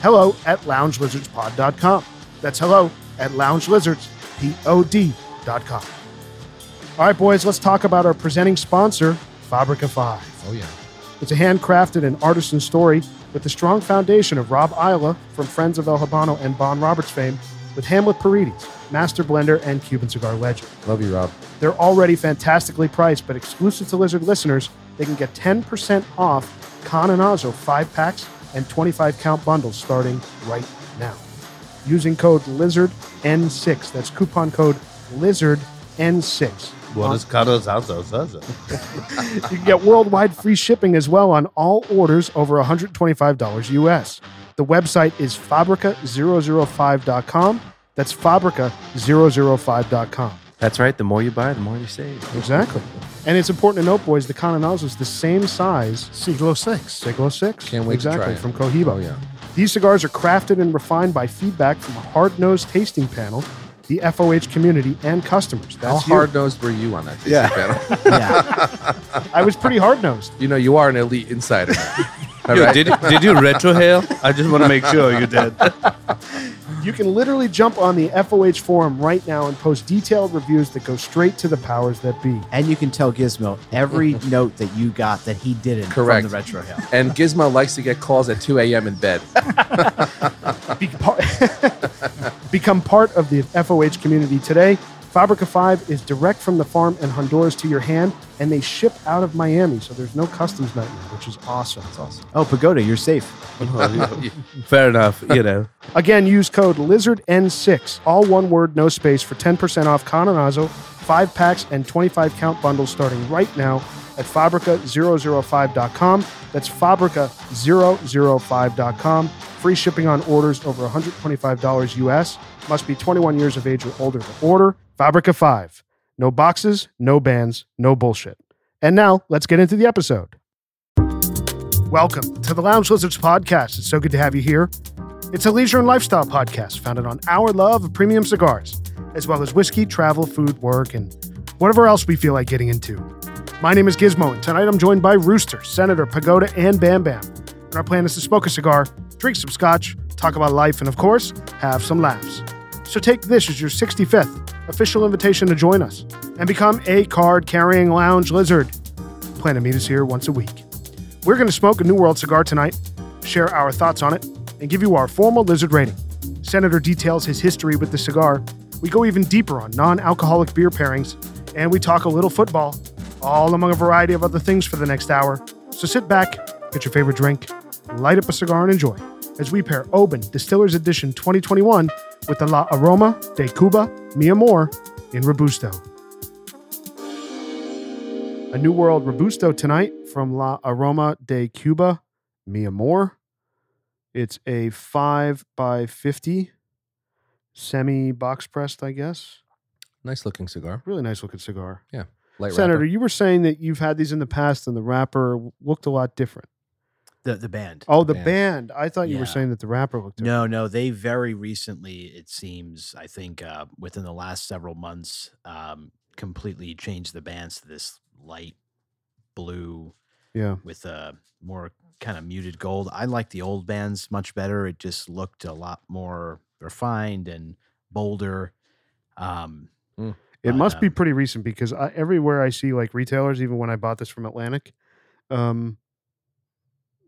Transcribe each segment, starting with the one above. Hello at loungelizardspod.com. That's hello at loungelizardspod.com. All right, boys, let's talk about our presenting sponsor, Fabrica 5. Oh yeah. It's a handcrafted and artisan story with the strong foundation of Rob Isla from Friends of El Habano and Bon Roberts fame with Hamlet Paredes, master blender and Cuban cigar legend. Love you, Rob. They're already fantastically priced, but exclusive to Lizard listeners, they can get 10% off Cananazo 5 packs and 25 count bundles starting right now. Using code LIZARDN6. That's coupon code LIZARDN6. Buenos Carlos Alzo Zazo. You can get worldwide free shipping as well on all orders over $125 US. The website is fabrica005.com. That's fabrica005.com. That's right. The more you buy, the more you save. Exactly. And it's important to note, boys, the Cananazo is the same size, Siglo Six. Siglo 6. Can't wait to exactly, try it. from Cohiba. Oh yeah. These cigars are crafted and refined by feedback from a hard-nosed tasting panel, the FOH community, and customers. How That's you. hard nosed were you on that tasting Yeah. panel? Yeah. I was pretty hard-nosed. You know, you are an elite insider. All Yo, right. did, did you retrohale? I just want to make sure you did. You can literally jump on the FOH forum right now and post detailed reviews that go straight to the powers that be. and you can tell Gizmo every note that you got that he didn't Correct. from the retro hill. and Gizmo likes to get calls at 2 a.m. in bed. Be part, become part of the FOH community today. Fabrica 5 is direct from the farm in Honduras to your hand, and they ship out of Miami, so there's no customs nightmare, which is awesome. That's awesome. Oh, Pagoda, you're safe. Fair enough, you know. Again, use code LIZARDN6, all one word, no space, for 10% off Cananazo, 5 packs, and 25 count bundles starting right now at Fabrica005.com. That's Fabrica005.com. Free shipping on orders over $125 US. Must be 21 years of age or older to order. Fabrica 5. No boxes, no bands, no bullshit. And now, let's get into the episode. Welcome to the Lounge Lizards podcast. It's so good to have you here. It's a leisure and lifestyle podcast founded on our love of premium cigars, as well as whiskey, travel, food, work, and whatever else we feel like getting into. My name is Gizmo, and tonight I'm joined by Rooster, Senator, Pagoda, and Bam Bam. And our plan is to smoke a cigar, drink some scotch, talk about life, and of course, have some laughs. So take this as your 65th official invitation to join us and become a card carrying lounge lizard. Plan to meet us here once a week. We're going to smoke a New World cigar tonight, share our thoughts on it, and give you our formal lizard rating. Senator details his history with the cigar. We go even deeper on non alcoholic beer pairings, and we talk a little football, all among a variety of other things for the next hour. So sit back, get your favorite drink, light up a cigar, and enjoy as we pair Oban Distillers Edition 2021 with the La Aroma de Cuba Mi Amor in Robusto. A New World Robusto tonight from La Aroma de Cuba, Mia Moore. It's a 5 by 50 semi box pressed, I guess. Nice looking cigar. Really nice looking cigar. Light Senator, wrapper. you were saying that you've had these in the past and the wrapper w- looked a lot different. The the band. Oh, the band. band. I thought you were Yeah. saying that the wrapper looked different. No, no, they very recently, it seems, I think uh, within the last several months, um, completely changed the bands to this light blue Yeah. with a more kind of muted gold. I like the old bands much better. It just looked a lot more refined and bolder. Um, It But, must be um, pretty recent because I, everywhere I see like retailers, even when I bought this from Atlantic, um,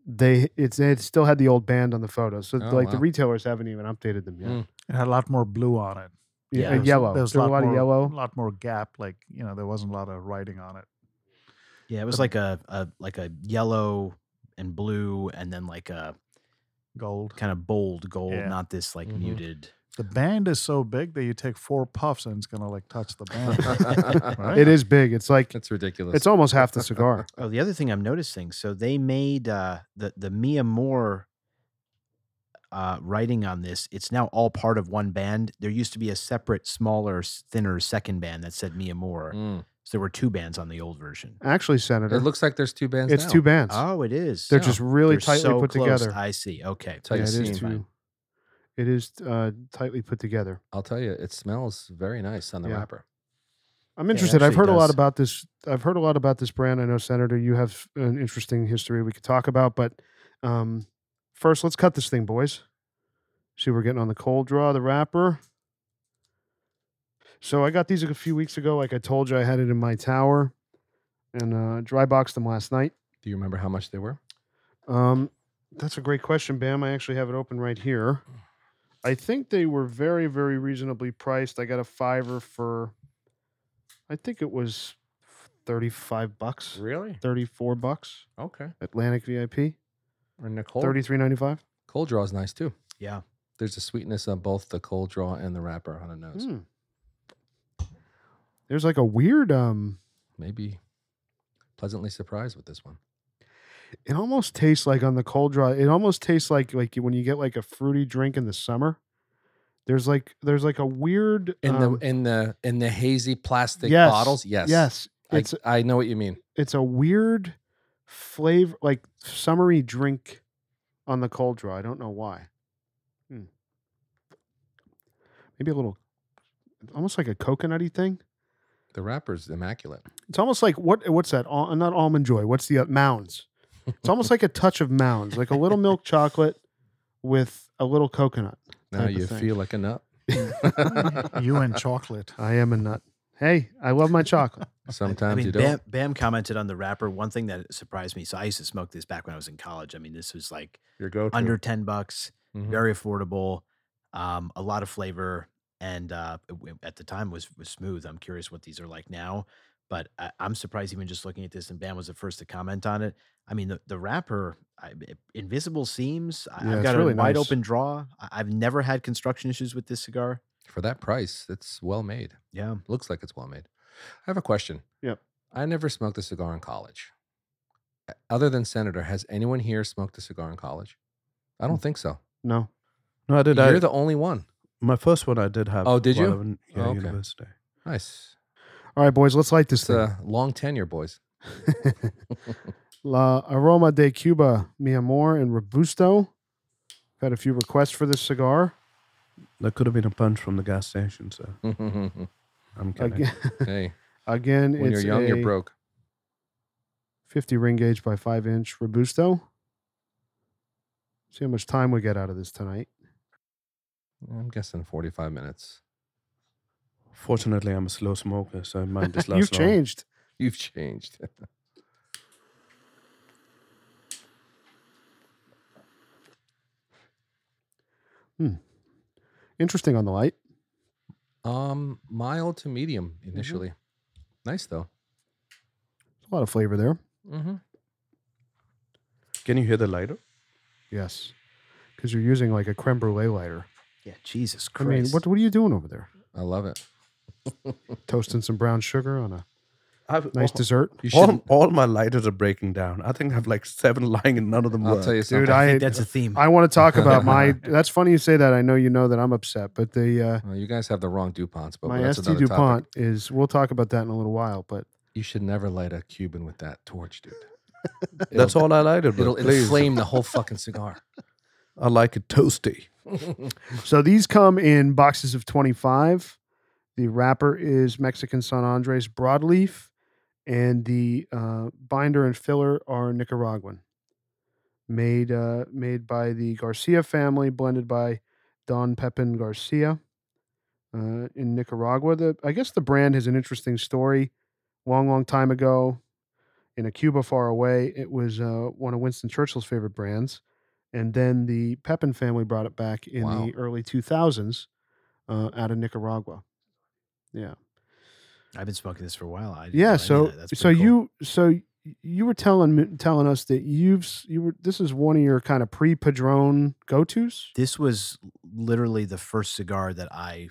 they it's it still had the old band on the photos. So Oh, like the wow. retailers haven't even updated them yet. Mm. It had a lot more blue on it. Yeah, Yeah, and There was- yellow. There was there a were lot, a lot more, of yellow. A lot more gap. Like you know, there wasn't a lot of writing on it. yeah, it was like a, a like a yellow and blue, and then like a Gold. kind of bold gold, Yeah. not this like Mhm. muted. The band is so big that you take four puffs and it's gonna like touch the band. right? It is big. It's like That's ridiculous. it's almost half the cigar. Oh, the other thing I'm noticing, so they made uh, the the Mia Moore uh, writing on this. It's now all part of one band. There used to be a separate, smaller, s- thinner second band that said Mia Moore. Mm. So there were two bands on the old version. Actually, It Senator, looks like there's two bands. it's now. two bands. Oh, it is. They're Yeah. just really They're tightly so put close. together. I see. Okay. Tight yeah, it scene. is too. It is uh, tightly put together. I'll tell you, it smells very nice on the Yeah. wrapper. I'm it interested. I've actually heard a lot does. about this. I've heard a lot about this brand. I know, Senator, you have an interesting history we could talk about. But um, first, let's cut this thing, boys. See, we're getting on the cold draw, the wrapper. So I got these a few weeks ago. Like I told you, I had it in my tower, and uh, dry boxed them last night. Do you remember how much they were? Um, that's a great question, Bam. I actually have it open right here. I think they were very, very reasonably priced. I got a fiver for, I think it was thirty-five bucks, Really? thirty-four bucks. Okay. Atlantic VIP, Or Nicole. thirty-three ninety-five. Cold draw is nice too. Yeah. There's a sweetness on both the cold draw and the wrapper on the nose. Hmm. There's like a weird, um, Maybe pleasantly surprised with this one. it almost tastes like on the cold draw. It almost tastes like like when you get like a fruity drink in the summer. There's like there's like a weird In um, the in the in the hazy plastic yes, bottles. Yes. yes. I, It's I know what you mean. it's a weird flavor, like summery drink on the cold draw. I don't know why. Hmm. Maybe a little, almost like a coconutty thing. The wrapper's immaculate. It's almost like what? What's that? Al- not almond joy. What's the uh, mounds? It's almost like a touch of mounds, like a little milk chocolate with a little coconut. Now Type of you thing. feel like a nut. you and chocolate. I am a nut. Hey, I love my chocolate. Sometimes I mean, you don't. Bam, Bam commented on the wrapper. One thing that surprised me. So I used to smoke this back when I was in college. I mean, this was like Your go to. under 10 bucks. Mhm. Mm-hmm. very affordable, um, a lot of flavor, and uh, it w- at the time was was smooth. I'm curious what these are like now, but I, I'm surprised even just looking at this. And Bam was the first to comment on it. I mean, the, the wrapper, I, i- invisible seams. I- Yeah, I've it's got really a wide nice. open draw. I, I've never had construction issues with this cigar. For that price, it's well made. Yeah, Looks like it's well made. I have a question. Yep. I never smoked a cigar in college. Uh, Other than Senator, has anyone here smoked a cigar in college? I don't think so. No, No, I did. You're I, the only one. my first one I did have. Oh, did while you? I was in- Yeah, Oh, okay. university. Nice. all right, boys, let's light this It's thing. a long tenure, boys. La Aroma de Cuba, Mi Amor, and Robusto. Had a few requests for this cigar. That could have been a punch from the gas station, so hey, I'm kidding. Again, again when you're it's young, a you're broke. 50 ring gauge by 5 inch Robusto. See how much time we get out of this tonight. I'm guessing 45 minutes. Fortunately, I'm a slow smoker, so mine just lasts You've long. changed. You've changed. Interesting on the light. um, mild to medium Mm-hmm. initially. Nice though. A lot of flavor there. Mm-hmm. Can you hear the lighter? Yes. Because you're using like a creme brulee lighter. yeah. Jesus I mean, Christ. what, what are you doing over there? I love it. Toasting some brown sugar on a I've, nice dessert? You should. all, all my lighters are breaking down. I think I have like seven lying and none of them I'll work. tell you something. Dude, I, That's a theme. I want to talk about my. That's funny you say that. I know you know that I'm upset, but the uh, Well, you guys have the wrong DuPonts, but my that's ST another DuPont topic. is. We'll talk about that in a little while, but You should never light a Cuban with that torch, dude. That's all I lighted. It'll, It'll, it'll inflame the whole fucking cigar. I like it toasty. So these come in boxes of 25. The wrapper is Mexican San Andres broadleaf, and the uh, binder and filler are Nicaraguan, made uh, made by the Garcia family, blended by Don Pepin Garcia uh, in Nicaragua. The I guess the brand has an interesting story. Long, long time ago, in a Cuba far away, it was uh, one of Winston Churchill's favorite brands and then the Pepin family brought it back in Wow. the early 2000s uh, out of Nicaragua. Yeah, I've been smoking this for a while. I didn't know yeah. any of So, that. That's so pretty cool. you, so y- you were telling me- telling us that you've s- you were this is one of your kind of pre Padron go tos. this was literally the first cigar that I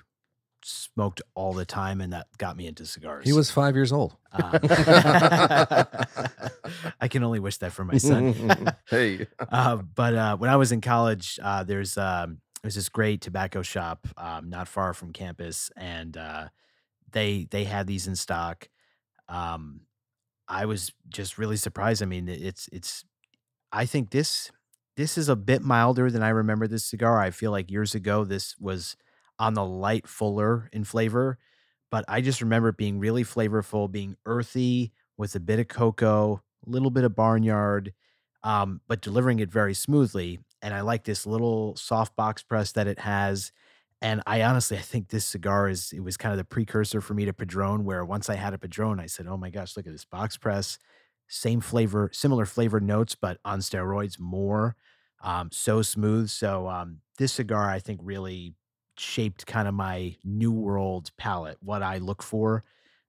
smoked all the time, and that got me into cigars. He was five years old. Um, I can only wish that for my son. hey. uh, but uh, when I was in college, uh, there's um, there's this great tobacco shop um, not far from campus, and uh, they they had these in stock. Um, I was just really surprised. I mean, it- it's it's. I think this this is a bit milder than I remember this cigar. I feel like years ago this was on the light fuller in flavor, but I just remember it being really flavorful, being earthy with a bit of cocoa, a little bit of barnyard, um, but delivering it very smoothly. And I like this little soft box press that it has. And I honestly, I think this cigar is, it was kind of the precursor for me to Padron, where once I had a Padron, I said, oh my gosh, look at this box press. Same flavor, similar flavor notes, but on steroids more. Um, so smooth. So um, this cigar, I think, really shaped kind of my new world palette, what I look for.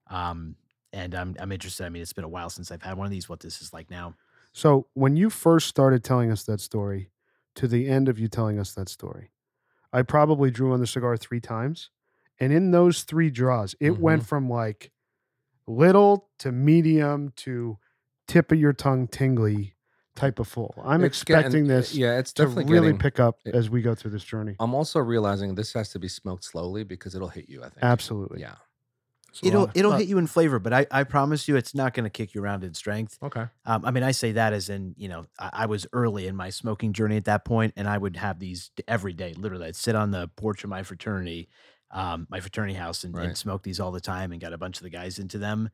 Um, and I'm, I'm interested. I mean, it's been a while since I've had one of these, what this is like now. So when you first started telling us that story, to the end of you telling us that story, I probably drew on the cigar three times, and in those three draws, it went from like little to medium to tip of your tongue tingly type of full. I'm It's getting- expecting this Yeah, it's to definitely really getting- pick up it- as we go through this journey. I'm also realizing this has to be smoked slowly because it'll hit you. I think. Absolutely. Yeah. It's a It'll lot of- it'll but hit you in flavor, but I, I promise you, it's not going to kick you around in strength. Okay. Um, I mean, I say that as in you know, I, I was early in my smoking journey at that point, and I would have these d- every day. Literally, I'd sit on the porch of my fraternity, um, my fraternity house, and, Right. and smoke these all the time, and got a bunch of the guys into them.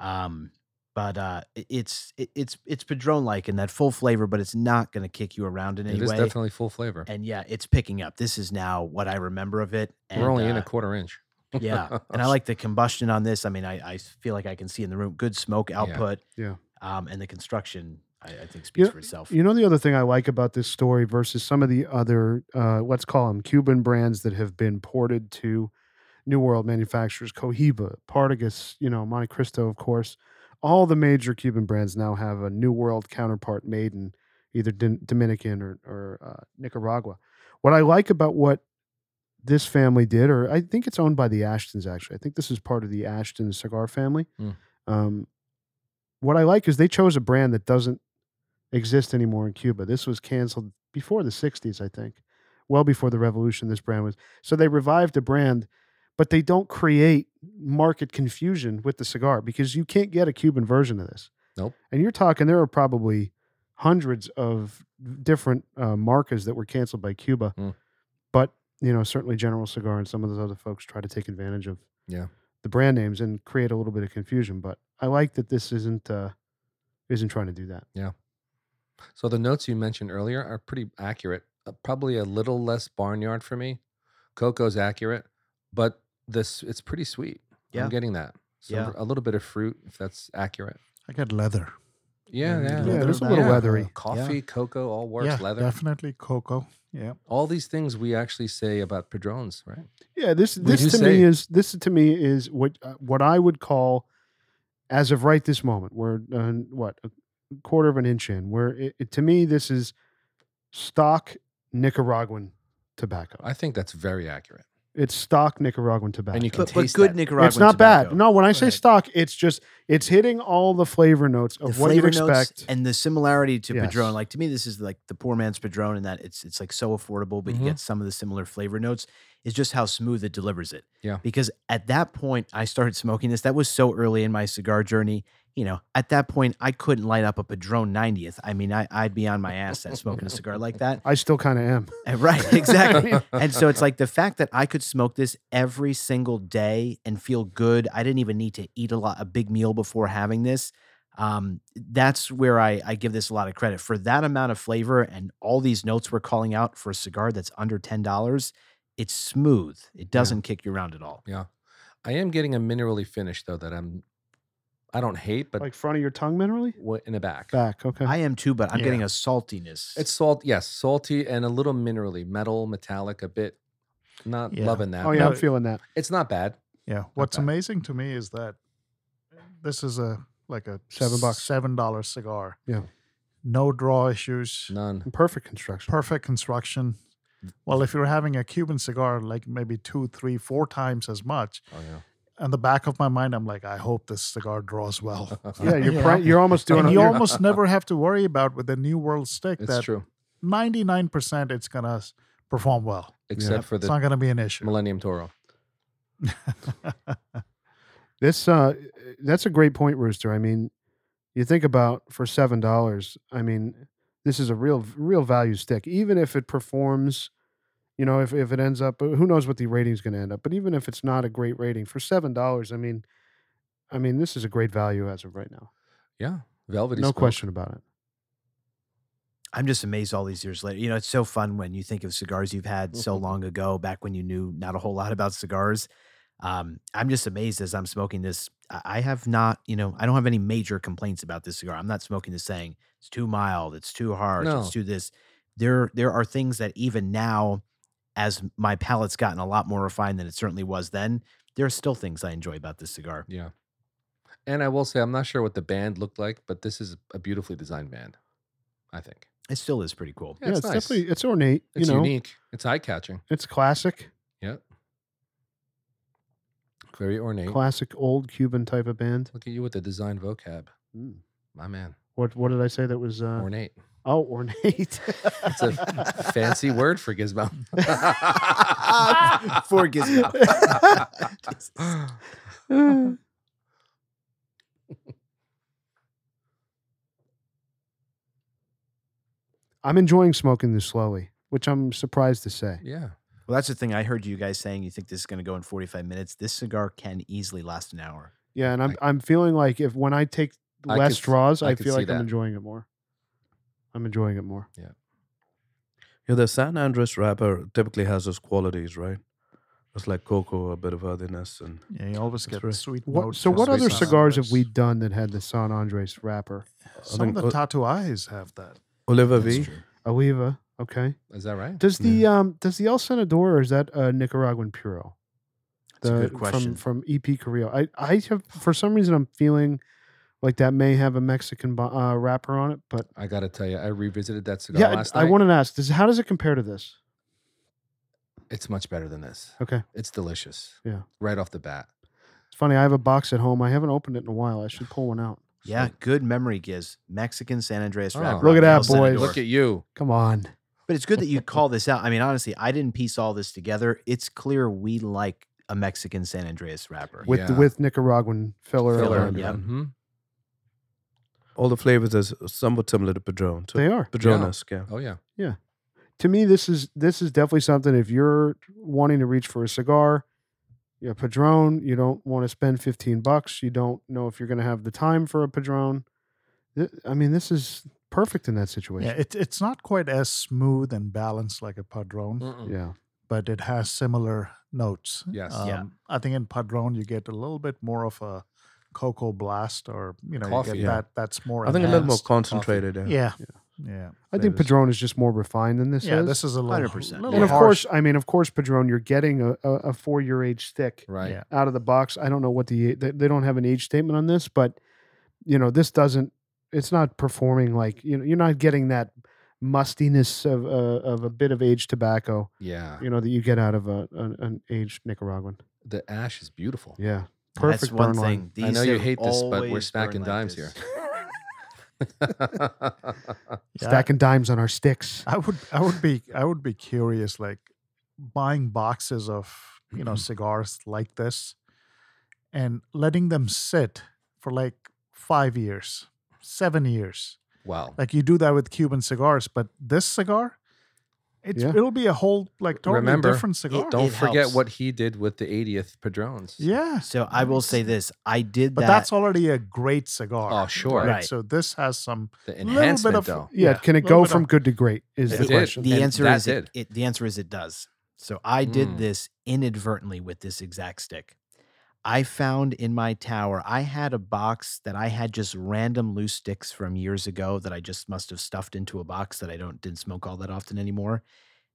Um, but uh, it- it's it, it's it's Padron like in that full flavor, but it's not going to kick you around in any it is way. definitely full flavor. and yeah, it's picking up. This is now what I remember of it. And, We're only in uh, a quarter inch. yeah. And I like the combustion on this. I mean, I, I feel like I can see in the room good smoke output. Yeah. Um, and the construction, I, I think, speaks for itself. You know the other thing I like about this story versus some of the other uh, let's call them Cuban brands that have been ported to New World manufacturers, Cohiba, Partagas, you know Monte Cristo, of course. All the major Cuban brands now have a New World counterpart made in either Din- Dominican or, or uh, Nicaragua. What I like about what this family did, or I think it's owned by the Ashtons actually. I think this is part of the Ashton cigar family. Mm. Um, what I like is they chose a brand that doesn't exist anymore in Cuba. This was canceled before the 60s, I think, well before the revolution. This brand was so they revived a brand, but they don't create market confusion with the cigar because you can't get a Cuban version of this. Nope. And you're talking there are probably hundreds of different uh, marcas that were canceled by Cuba, Mm. but you know certainly General Cigar and some of those other folks try to take advantage of Yeah. the brand names and create a little bit of confusion. But I like that this isn't uh, isn't trying to do that. So the notes you mentioned earlier are pretty accurate. Uh, probably a little less barnyard for me. Cocoa's accurate, but this it's pretty sweet. Yeah. I'm getting that. So Yeah. a little bit of fruit, if that's accurate. I get leather. Yeah, Mm-hmm. Yeah, yeah. leather, there's a little Yeah. leathery. Coffee, cocoa, all works. yeah, leather, definitely cocoa. Yeah, all these things we actually say about padrones, right? Yeah, this We do this to say- me is this to me is what uh, what I would call, as of right this moment, we're uh, what a quarter of an inch in. Where it, it- to me this is stock Nicaraguan tobacco. I think that's very accurate. it's stock Nicaraguan tobacco. And you can but, but taste good that. Nicaraguan. it's not tobacco. bad. No, when I say Right. stock, it's just it's hitting all the flavor notes The of what you flavor notes expect. and the similarity to Yes. Padron, like to me, this is like the poor man's Padron, in that it's it's like so affordable, but Mhm. you get some of the similar flavor notes. Is just how smooth it delivers it. Yeah. Because at that point, I started smoking this. That was so early in my cigar journey. You know, at that point, I couldn't light up a Padron 90th. I mean, I, I'd be on my ass at smoking a cigar like that. I still kind of am. And- Eh, Right, exactly. and so it's like the fact that I could smoke this every single day and feel good. I didn't even need to eat a lot, a big meal before having this. Um, that's where I, I give this a lot of credit for that amount of flavor and all these notes we're calling out for a cigar that's under ten dollars. It's smooth. It doesn't kick you around at all. Yeah. I am getting a minerally finish though that I'm I don't hate, but like front of your tongue minerally, wa- in the back. back. Okay, I am too, but I'm Yeah. getting a saltiness. It's salt, yes, salty and a little minerally, metal, metallic, a bit. Not Yeah. loving that. oh yeah, but I'm feeling that. it's not bad. yeah. What's bad. amazing to me is that this is a like a Seven bucks. seven dollar cigar. Yeah. no draw issues. None. Perfect construction. Perfect construction. Well, if you're having a Cuban cigar, like maybe two, three, four times as much, Oh yeah. in the back of my mind, I'm like, I hope this cigar draws well. Oh, Yeah, you're Yeah. pri- you're almost doing. and a- you you're- almost never have to worry about with the New World stick It's that true, 99% it's going to perform well. except for It's the not going to be an issue. Millennium Toro. This uh, that's a great point, Rooster. I mean, you think about for seven dollars. I mean, this is a real real value stick. Even if it performs, you know, if if it ends up, uh, who knows what the rating's going to end up. But even if it's not a great rating for seven dollars, I mean, I mean, this is a great value as of right now. Yeah, velvety. no smoke. question about it. I'm just amazed all these years later. You know, it's so fun when you think of cigars you've had so long ago, back when you knew not a whole lot about cigars. Um, I'm just amazed as I'm smoking this. I- I have not, you know, I don't have any major complaints about this cigar. I'm not smoking this saying it's too mild, it's too harsh, No. it's too this. There, there are things that even now, as my palate's gotten a lot more refined than it certainly was then, there are still things I enjoy about this cigar. Yeah, and I will say I'm not sure what the band looked like, but this is a beautifully designed band. I think. It still is pretty cool. Yeah, it's, nice. definitely it's ornate. it's you know, unique. It's eye catching. it's classic, Very ornate. classic old Cuban type of band. Look at you with the design vocab, Mm. my man. What what did I say that was? Uh, Ornate. oh, ornate. It's a fancy word for gizmo. For Gizmo. Jesus. I'm enjoying smoking this slowly, which I'm surprised to say. yeah. Well, that's the thing. I heard you guys saying you think this is going to go in 45 minutes. This cigar can easily last an hour. Yeah, and I'm I- I'm feeling like if when I take I less could- draws, I I, could feel see like that. I'm enjoying it more. I'm enjoying it more. Yeah, the San Andres wrapper typically has those qualities, right? It's like cocoa, a bit of earthiness, and Yeah, you always That's get right. sweet What, notes so, from what the other San cigars have Andres. we done that had the San Andres wrapper? I Some think of the o- tatuajes have that. Oliva That's V. true. Oliva, okay. Is that right? Does the um does the El Senador or is that a Nicaraguan Puro? That's a the- good question. From, from EP Carrillo. I, I have for some reason I'm feeling like that may have a Mexican bo- uh, wrapper on it, but I got to tell you, I revisited that cigar yeah, last I, I night. wanted to ask this. How does it compare to this? it's much better than this. Okay, It's delicious. Yeah. Right off the bat. it's funny. I have a box at home. I haven't opened it in a while. I should pull one out. yeah, good memory, Giz. Mexican San Andreas Oh. wrapper. Look on at the that, El Senador. boys. Look at you. Come on, But it's good that you call this out. I mean, honestly, I didn't piece all this together. It's clear we like a Mexican San Andreas wrapper. with Yeah. with Nicaraguan filler. Filler. around it. yeah. hmm All the flavors is somewhat similar to Padron. So They are Padron-esque, yeah. Oh, yeah. to me. This is this is definitely something. If you're wanting to reach for a cigar, you're a Padron. You don't want to spend fifteen bucks. You don't know if you're going to have the time for a Padron. Th- I mean, this is perfect in that Yeah, situation. it, it's not quite as smooth and balanced like a Padron, Mm-mm. yeah. but it has similar notes. Yes. Yeah. Um, I think in Padron, you get a little bit more of a cocoa blast or, you know, Coffee. you get Yeah. that. That's more I think a little more enhanced. concentrated. Yeah. Yeah. Yeah. Yeah. Yeah. I think flavors. Padron is just more refined than this is. this is a little 100%. little and of harsh. course, I mean, of course, Padron, you're getting a, a, a four year age stick Right. Yeah. out of the box. I don't know what the they, they don't have an age statement on this, but you know, this doesn't. It's not performing like you know. You're not getting that mustiness of uh, of a bit of aged tobacco. Yeah. You know that you get out of a an, an aged Nicaraguan. The ash is beautiful. Yeah, perfect That's one burn line. thing. I know you have hate this, but we're always stacking burned like dimes this. here. Yeah, I- Stacking dimes on our sticks. I would I would be I would be curious like buying boxes of you know cigars like this and letting them sit for like 5 years, 7 years. wow. Like you do that with Cuban cigars, but this cigar it's Yeah. it'll be a whole like totally Remember, different cigar. Don't It forget helps. what he did with the 80th Padrones. yeah. So I will say this. I did But that. that's already a great cigar. Oh, sure. Right. So this has some The little bit enhancement, of though. yeah, yeah, can it little go bit from of- good to great? Is It the did. question. And The answer that is it, did. it. The answer is it does. So I did Mm. this inadvertently with this exact stick. I found in my tower. I had a box that I had just random loose sticks from years ago that I just must have stuffed into a box that I don't didn't smoke all that often anymore.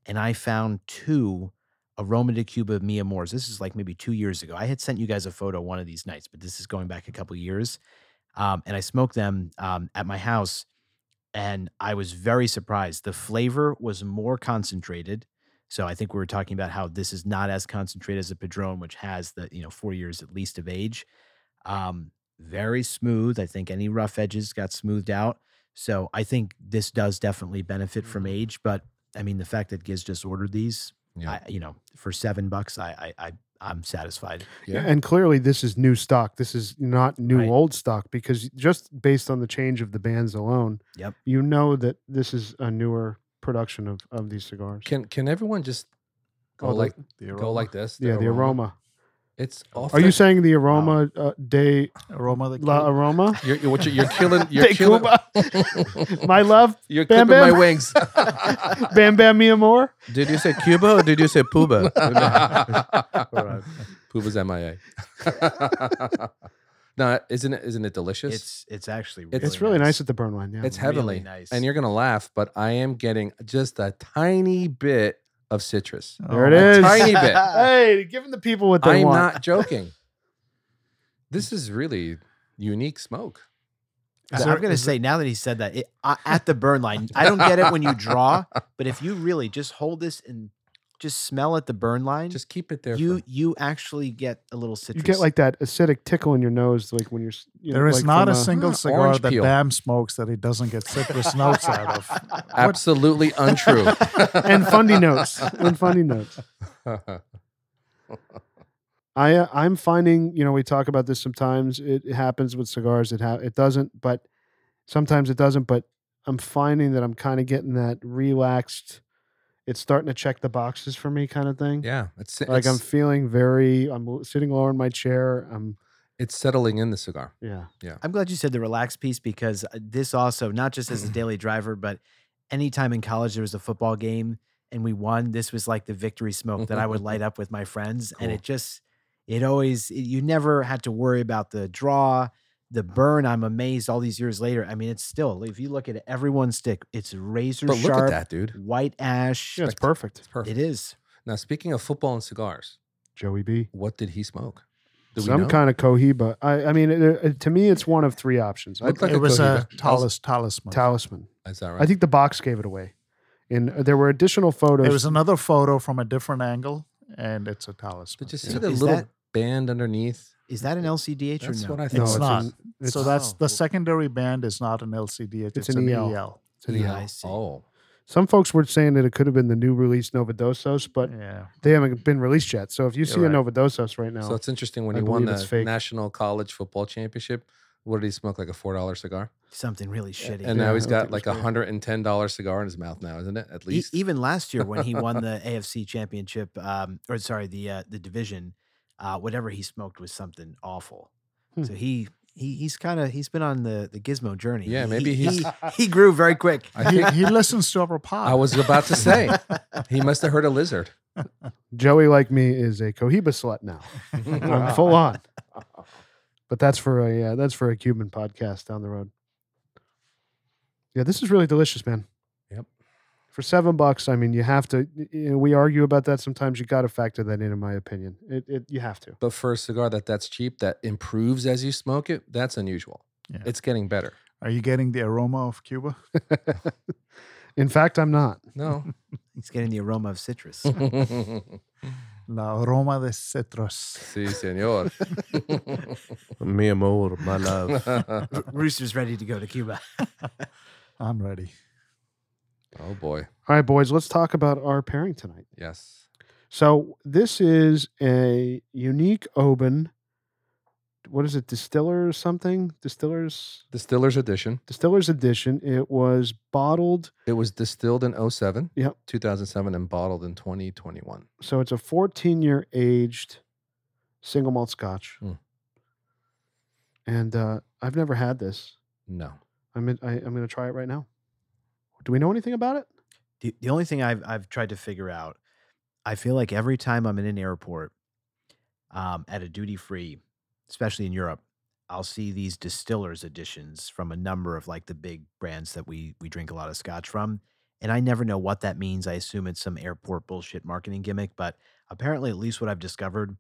And I found two Aroma de Cuba Mia Moores. This is like maybe two years ago. I had sent you guys a photo one of these nights, but this is going back a couple years. Um, and I smoked them um, at my house and I was very surprised. The flavor was more concentrated. So I think we were talking about how this is not as concentrated as a Padron, which has the you know four years at least of age. Um, very smooth. I think any rough edges got smoothed out. So I think this does definitely benefit from age. But I mean, the fact that Giz just ordered these, Mm-hmm. Yeah. I, you know, for seven bucks, I I, I I'm satisfied. Yeah. Yeah. And clearly, this is new stock. This is not new Right. old stock because just based on the change of the bands alone, Yep. you know that this is a newer production of, of these cigars. Can can everyone just go Oh, the- like The go like this? yeah, the aroma. It's off. Are you saying the aroma uh, de aroma that la aroma? You're, you're, what you're, you're killing. You're De killing. Cuba. My love, You're Bam clipping Bam. my wings. Bam Bam Mia Moore. Did you say Cuba or did you say Puba? Alright. Pooba's MIA. no, isn't it? Isn't it delicious? It's it's actually It's- It's really nice at the burn line. Yeah. It's really heavenly. nice. And you're gonna laugh, but I am getting just a tiny bit of citrus. Oh, there it is. Tiny bit. hey, giving the people what they I'm want. not joking. this is really unique smoke. So I'm gonna say now that he said that it, I, at the burn line, I don't get it when you draw, but if you really just hold this and just smell at the burn line, Just keep it there. you for- you actually get a little You citrus. get like that acidic tickle in your nose, like when you're. s- You know, There is like not from a single Mm, cigar orange that peel. Bam smokes that he doesn't get citrus notes out of. absolutely untrue. and fundy notes and fundy notes. I uh, I'm finding you know we talk about this sometimes. It, it happens with cigars. It ha- it doesn't, but sometimes it doesn't. But I'm finding that I'm kind of getting that relaxed. It's starting to check the boxes for me, kind of thing. yeah, it's Like it's, I'm feeling very. I'm l- sitting lower in my chair. I'm it's settling in the cigar. yeah. I'm glad you said the relaxed piece because uh, this also not just Mm-hmm. as a daily driver, but anytime in college there was a football game and we won, this was like the victory smoke that I would light up with my friends, and Cool. it just it always it- you never had to worry about the draw. The burn, I'm amazed all these years later. I mean, it's still, if you look at everyone's stick, it's razor But look sharp, at that, dude. white ash. Yeah, it's perfect. It's perfect. It is. Now speaking of football and cigars, Joey B. what did he smoke? Do we Some know? kind of cohiba. I I mean, it, it- to me, it's one of three options. I, Looked like it a was a Cohiba. talis, talisman. talisman. Is that right? I think the box gave it away. And there were additional photos. There was another photo from a different angle, and it's a talisman. Did you see So the is little that- band underneath? Is that an LCDH That's or no? what I No, thought. it's not. an- it's- so that's Oh. the secondary band is not an LCD. It's, It's an, E an E EL. EL. it's an Yeah, EL. I see. Oh, Some folks were saying that it could have been the new release Novadosos, but Yeah. they haven't been released yet. So if you Mm. You're see a right. Novadosos right now, so it's interesting when I he won believe it's the fake. national college football championship. What did he smoke? Like a four dollar cigar, Something really shitty. and Yeah, now I he's don't think it got was like a fake. hundred and ten dollar cigar in his mouth now, isn't it? At E- least even last year when he won the AFC championship, um, or sorry, the uh, the division, uh, whatever he smoked was something awful. Hmm. So he. He, he's kind of he's been on the the gizmo journey. Yeah, He- maybe he, he's- he, he grew very quick. I He, think he listens to our pod. I was about to say he must have heard a lizard. Joey, like me, is a Cohiba slut now. I'm full on. But that's for a yeah, that's for a Cuban podcast down the road. Yeah, this is really delicious, man. Yep. For seven bucks, I mean, you have to. y- y- we argue about that sometimes. You got to factor that in, in my opinion. It, it you have to. But for a cigar that that's cheap, that improves as you smoke it, that's unusual. Yeah. It's getting better. Are you getting the aroma of Cuba? in fact, I'm not. No. He's getting the aroma of citrus. La aroma de citrus. si, senor. Mi amor, my love. Ro- Rooster's ready to go to Cuba. I'm ready. oh boy. All right, boys, let's talk about our pairing tonight. Yes. So this is a unique Oban. What is it? Distiller or something? Distillers Distiller's edition. Distillers Edition. It was bottled It was distilled in 07, Yep. 2007, and bottled in 2021. So it's a 14 year aged single malt scotch. Mm. And uh, I've never had this. No. I'm in, I, I'm going to try it right now. Do we know anything about it? The, the only thing I've I've tried to figure out, I feel like every time I'm in an airport, um, at a duty free, especially in Europe, I'll see these distillers editions from a number of like the big brands that we we drink a lot of scotch from, and I never know what that means. I assume it's some airport bullshit marketing gimmick, but apparently, at least what I've discovered.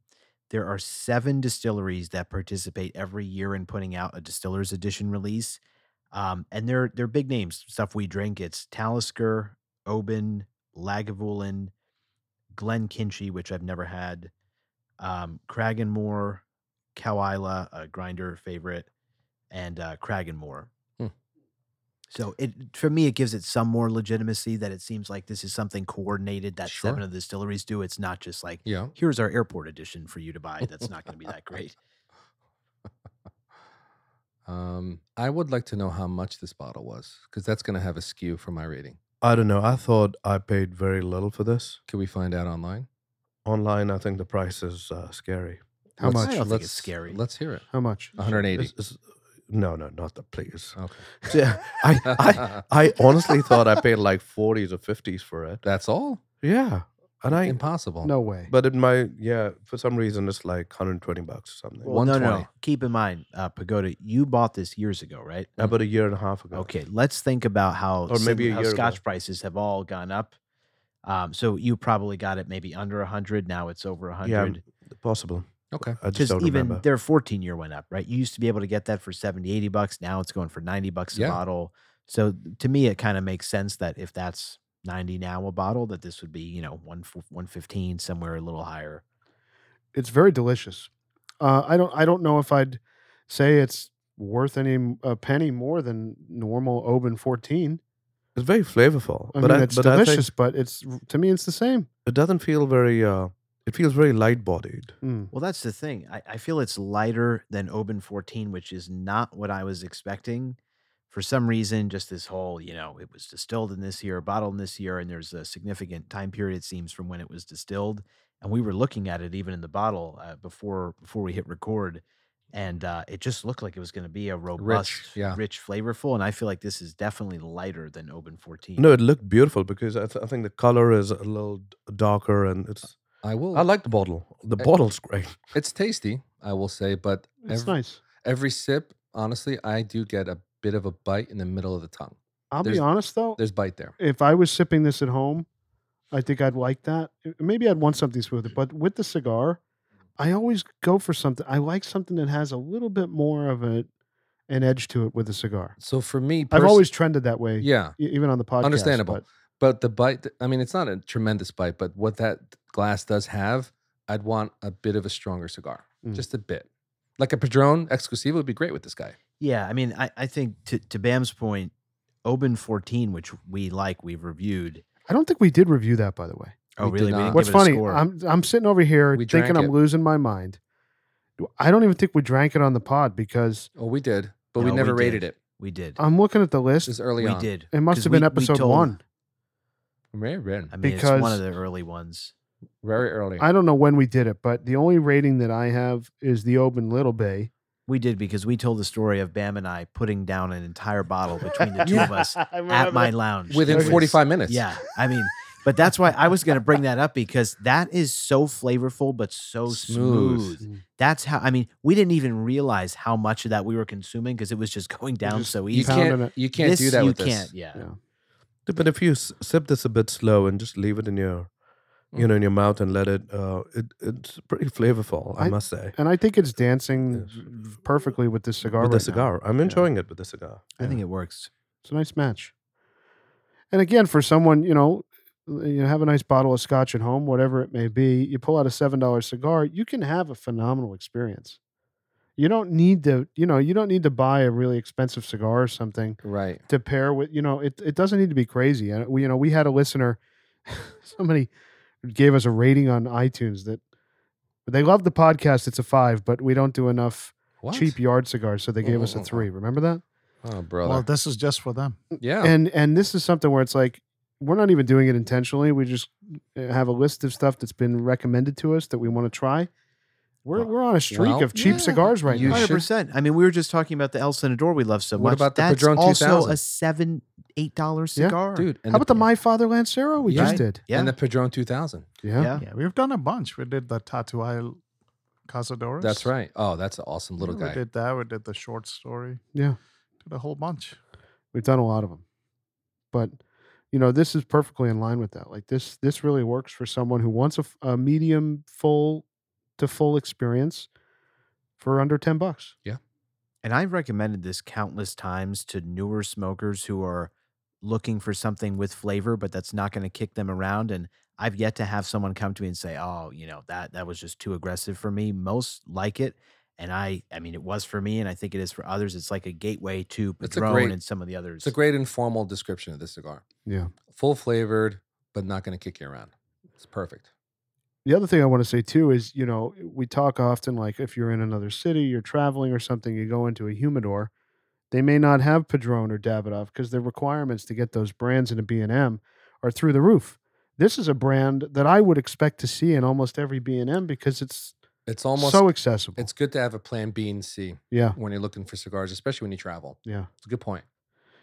There are seven distilleries that participate every year in putting out a distillers edition release, um, and they're they're big names, stuff we drink. It's Talisker, Oban, Lagavulin, Glen Kinchy, which I've never had, um, Kraganmore, Cowila, a grinder favorite, and uh, Kraganmore. Hmm. So it for me, it gives it some more legitimacy that it seems like this is something coordinated that seven Sure. of the distilleries do. It's not just like Yeah. here's our airport edition for you to buy. That's not going to be that great. Um, I would like to know how much this bottle was because that's going to have a skew for my rating. I don't know. I thought I paid very little for this. Can we find out online? Online, I think the price is uh, scary. How Let's- much? I don't think it's let's- scary. Let's hear it. How much? 180. It's- it's- no, no, not the please. Okay. Yeah, I, I, I honestly thought I paid like 40s or 50s for it. that's all. Yeah. And I, Impossible. No way. but in my, yeah, for some reason it's like 120 bucks or something. Well, no, no, 120. no. Keep in mind, uh, Pagoda, you bought this years ago, right? About a year and a half ago. Okay, let's think about how Or maybe Sydney- a how year ago. Scotch prices have all gone up. Um, so you probably got it maybe under hundred. Now it's over Yeah, hundred. possible. Okay. I just Because don't even remember. their 14 year went up, right? You used to be able to get that for 70, 80 bucks. Now it's going for 90 bucks a Yeah. bottle. So to me, it kind of makes sense that if that's 90 now a bottle, that this would be, you know, one f- 115, somewhere a little higher. It's very delicious. Uh, I don't. I don't know if I'd say it's worth any a penny more than normal Oban 14. It's very flavorful. I but mean, I, it's but I think delicious, but it's to me, it's the same. it doesn't feel very, uh, it feels very light bodied. Mm. Well, that's the thing. I, I feel it's lighter than Oban 14, which is not what I was expecting. For some reason, just this whole, you know, it was distilled in this year, bottled in this year, and there's a significant time period, it seems, from when it was distilled. And we were looking at it even in the bottle uh, before before we hit record, and uh, it just looked like it was going to be a robust, yeah. rich, flavorful. And I feel like this is definitely lighter than Oban 14. No, it looked beautiful because I, th- I think the color is a little d- darker and it's. I Oh. will. I like the bottle. The Eh I- bottle's great. It's tasty, I will say, but It's every, nice. every sip, honestly, I do get a bit of a bite in the middle of the tongue. I'll be there's- honest though. There's bite there. If I was sipping this at home, I think I'd like that. Uh, Maybe I'd want something smoother. But with the cigar, I always go for something. I like something that has a little bit more of a an edge to it with a cigar. So for me, I've pers- always trended that way, yeah. e- even on the podcast. Understandable. but But the bite, I mean, it's not a tremendous bite, but what that glass does have, I'd want a bit of a stronger cigar, Mm. just a bit. Like a Padron Exclusivo would be great with this guy. Yeah, I mean, I, I think to, to Bam's point, Oban 14, which we like, we've reviewed. I don't think we did review that, by the way. Oh, We did really? We not. didn't What's give it a funny? score. I'm I'm sitting over here We thinking drank I'm it. losing my mind. I don't even think we drank it on the pod because Oh, we did, but we No, never we rated did. it. we did. I'm looking at the This list. is early we on. did. It must 'Cause have been we- we episode told- one. Very, very, I mean, it's one Because- of the early ones. very early. I don't know when we did it, but the only rating that I have is the Oban Little Bay. We did because we told the story of Bam and I putting down an entire bottle between the two of us at my lounge. Within It was- 45 minutes. Yeah. I mean, but that's why I was going to bring that up because that is so flavorful, but so Smooth. smooth. That's how, I mean, we didn't even realize how much of that we were consuming because it was just going down just- so You easy. Pounding can't, it. you can't do This that you with this. can't, Yeah. Yeah. But if you s- sip this a bit slow and just leave it in your, you Mm. know, in your mouth and let it, uh, it it's pretty flavorful. I, I- must say. And I think it's dancing Yes. v- perfectly with this cigar. with the right now. cigar, I'm enjoying it with the cigar. I think it works. It's a nice match. And again, for someone, you know, you have a nice bottle of scotch at home, whatever it may be, you pull out a $7 cigar, you can have a phenomenal experience. You don't need to, you know, you don't need to buy a really expensive cigar or something Right. to pair with, you know, it, it doesn't need to be crazy. And we, you know, we had a listener, somebody gave us a rating on iTunes that they love the podcast. It's a five, but we don't do enough What? cheap yard cigars. So they gave us a three. Remember that? Oh, brother. Well, this is just for them. yeah. and and this is something where it's like we're not even doing it intentionally we just uh, have a list of stuff that's been recommended to us that we want to try we're, Well- we're on a streak well, of cheap yeah, cigars right you now should- Hundred percent. I mean, we were just talking about the El Senador we love so What much. about the That's Padron also 2000? a seven, eight dollar Yeah. cigar. dude. And how about the my father lancero we Yeah. just did Yeah. And the Padron 2000. yeah, Yeah. Yeah, we've done a bunch. We did the Tattoo Isle Casadores. That's right. Oh, that's an awesome little We guy. did that. We did the short story. Yeah. Did a whole bunch. we've done a lot of them but you know this is perfectly in line with that like this this really works for someone who wants a, f- a medium full to full experience for under 10 bucks And I've recommended this countless times to newer smokers who are looking for something with flavor, but that's not going to kick them around. And I've yet to have someone come to me and say, "Oh, you know that that was just too aggressive for me." Most like it, and I, I mean, it was for me, and I think it is for others. It's like a gateway to It's a Padron great- and some of the others. It's a great informal description of this cigar. Yeah. Full flavored, but not going to kick you around. It's perfect. The other thing I want to say too is, you know, we talk often like if you're in another city, you're traveling or something, you go into a humidor, they may not have Padron or Davidoff because their requirements to get those brands into B&M are through the roof. This is a brand that I would expect to see in almost every B&M because it's It's almost so accessible. it's good to have a plan B and C yeah, when you're looking for cigars, especially when you travel. yeah. It's a good point.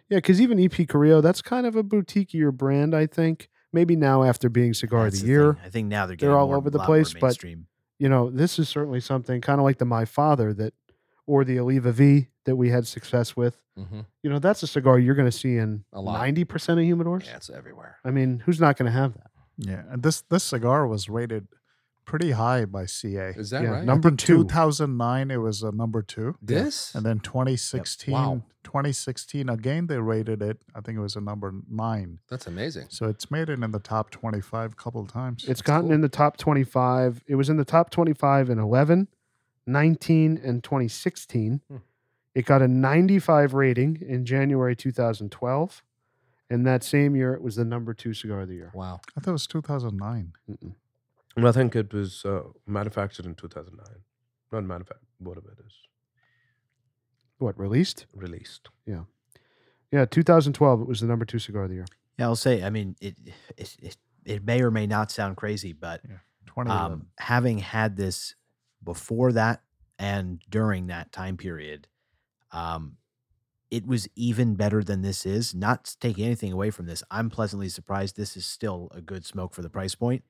Yeah, because even EP Carrillo, that's kind of a boutiquier brand, I think. Maybe now after being Cigar That's of the the Year, thing. I think now they're They're getting all more- over the lot more place, but- mainstream. you know, this is certainly something kind of like the My Father that, or the Oliva V that we had success with. hmm You know, that's a cigar you're going to see in A lot. 90% of humidors. Yeah, it's everywhere. I mean, who's not going to have that? Yeah, and this this cigar was rated pretty high by CA. Is that Yeah, right? number two. 2009 it was a number 2 This? and then 2016 Wow. 2016 again they rated it I think it was a number 9. That's amazing. So it's made it in the top 25 couple times. It's gotten in the top 25. It was in the top 25 in 11, 19, and 2016. Hmm. It got a 95 rating in January 2012. And that same year, it was the number two cigar of the year. Wow. I thought it was 2009. Mm-mm. And I think it was uh, manufactured in 2009. Not manufactured, whatever it is. What, released? Released. Yeah, 2012, it was the number two cigar of the year. Yeah, I'll say. I mean, it it it, it may or may not sound crazy, but 2011. um, having had this before that and during that time period, um, it was even better than this is. Not taking anything away from this, I'm pleasantly surprised. This is still a good smoke for the price point,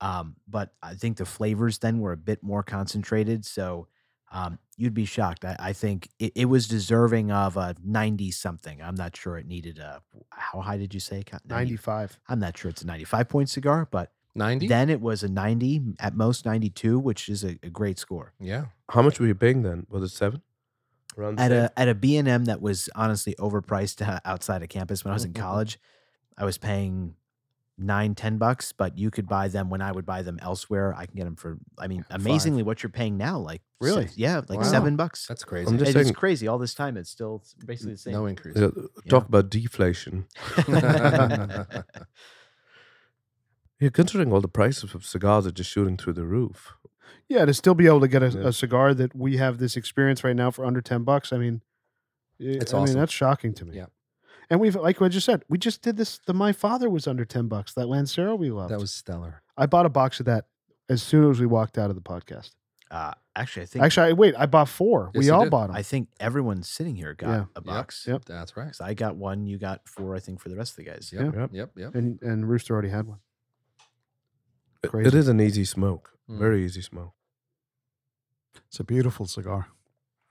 um, but I think the flavors then were a bit more concentrated. So um, you'd be shocked. I, I think it, it was deserving of a 90 something. I'm not sure it needed a. How high did you say? it got? 95. I'm not sure it's a 95 point cigar, but 90? then it was a 90, at most 92, which is a, a great score. yeah. How much were you paying then? Was it seven? Around the At same? a at a B&M that was honestly overpriced uh, outside of campus when I was in college, I was paying nine, ten bucks, but you could buy them when I would buy them elsewhere. I can get them for, I mean, Yeah, five. amazingly what you're paying now, like se- Really? yeah, like Wow. seven bucks. That's crazy. I'm just It saying, is crazy. All this time, it's still basically the same. no increase. uh, talk about deflation. Yeah, considering all the prices of cigars are just shooting through the roof. Yeah, to still be able to get a, Yeah. a cigar that we have this experience right now for under 10 bucks, I mean, it's It's I mean, awesome. that's shocking to me. Yeah. And we've, like I just said, we just did this. The My Father was under 10 bucks, that Lancero we loved. that was stellar. I bought a box of that as soon as we walked out of the podcast. uh, actually, I think Actually, I, wait, I bought four. Yes, we you all did. bought them. I think everyone sitting here got Yeah. a Yep. box. Yep. That's right. So I got one, you got four, I think, for the rest of the guys. Yep. Yeah. Yep. Yep. and, and Rooster already had one. It- it Crazy. is an easy smoke, Mm. very easy smoke. it's a beautiful cigar.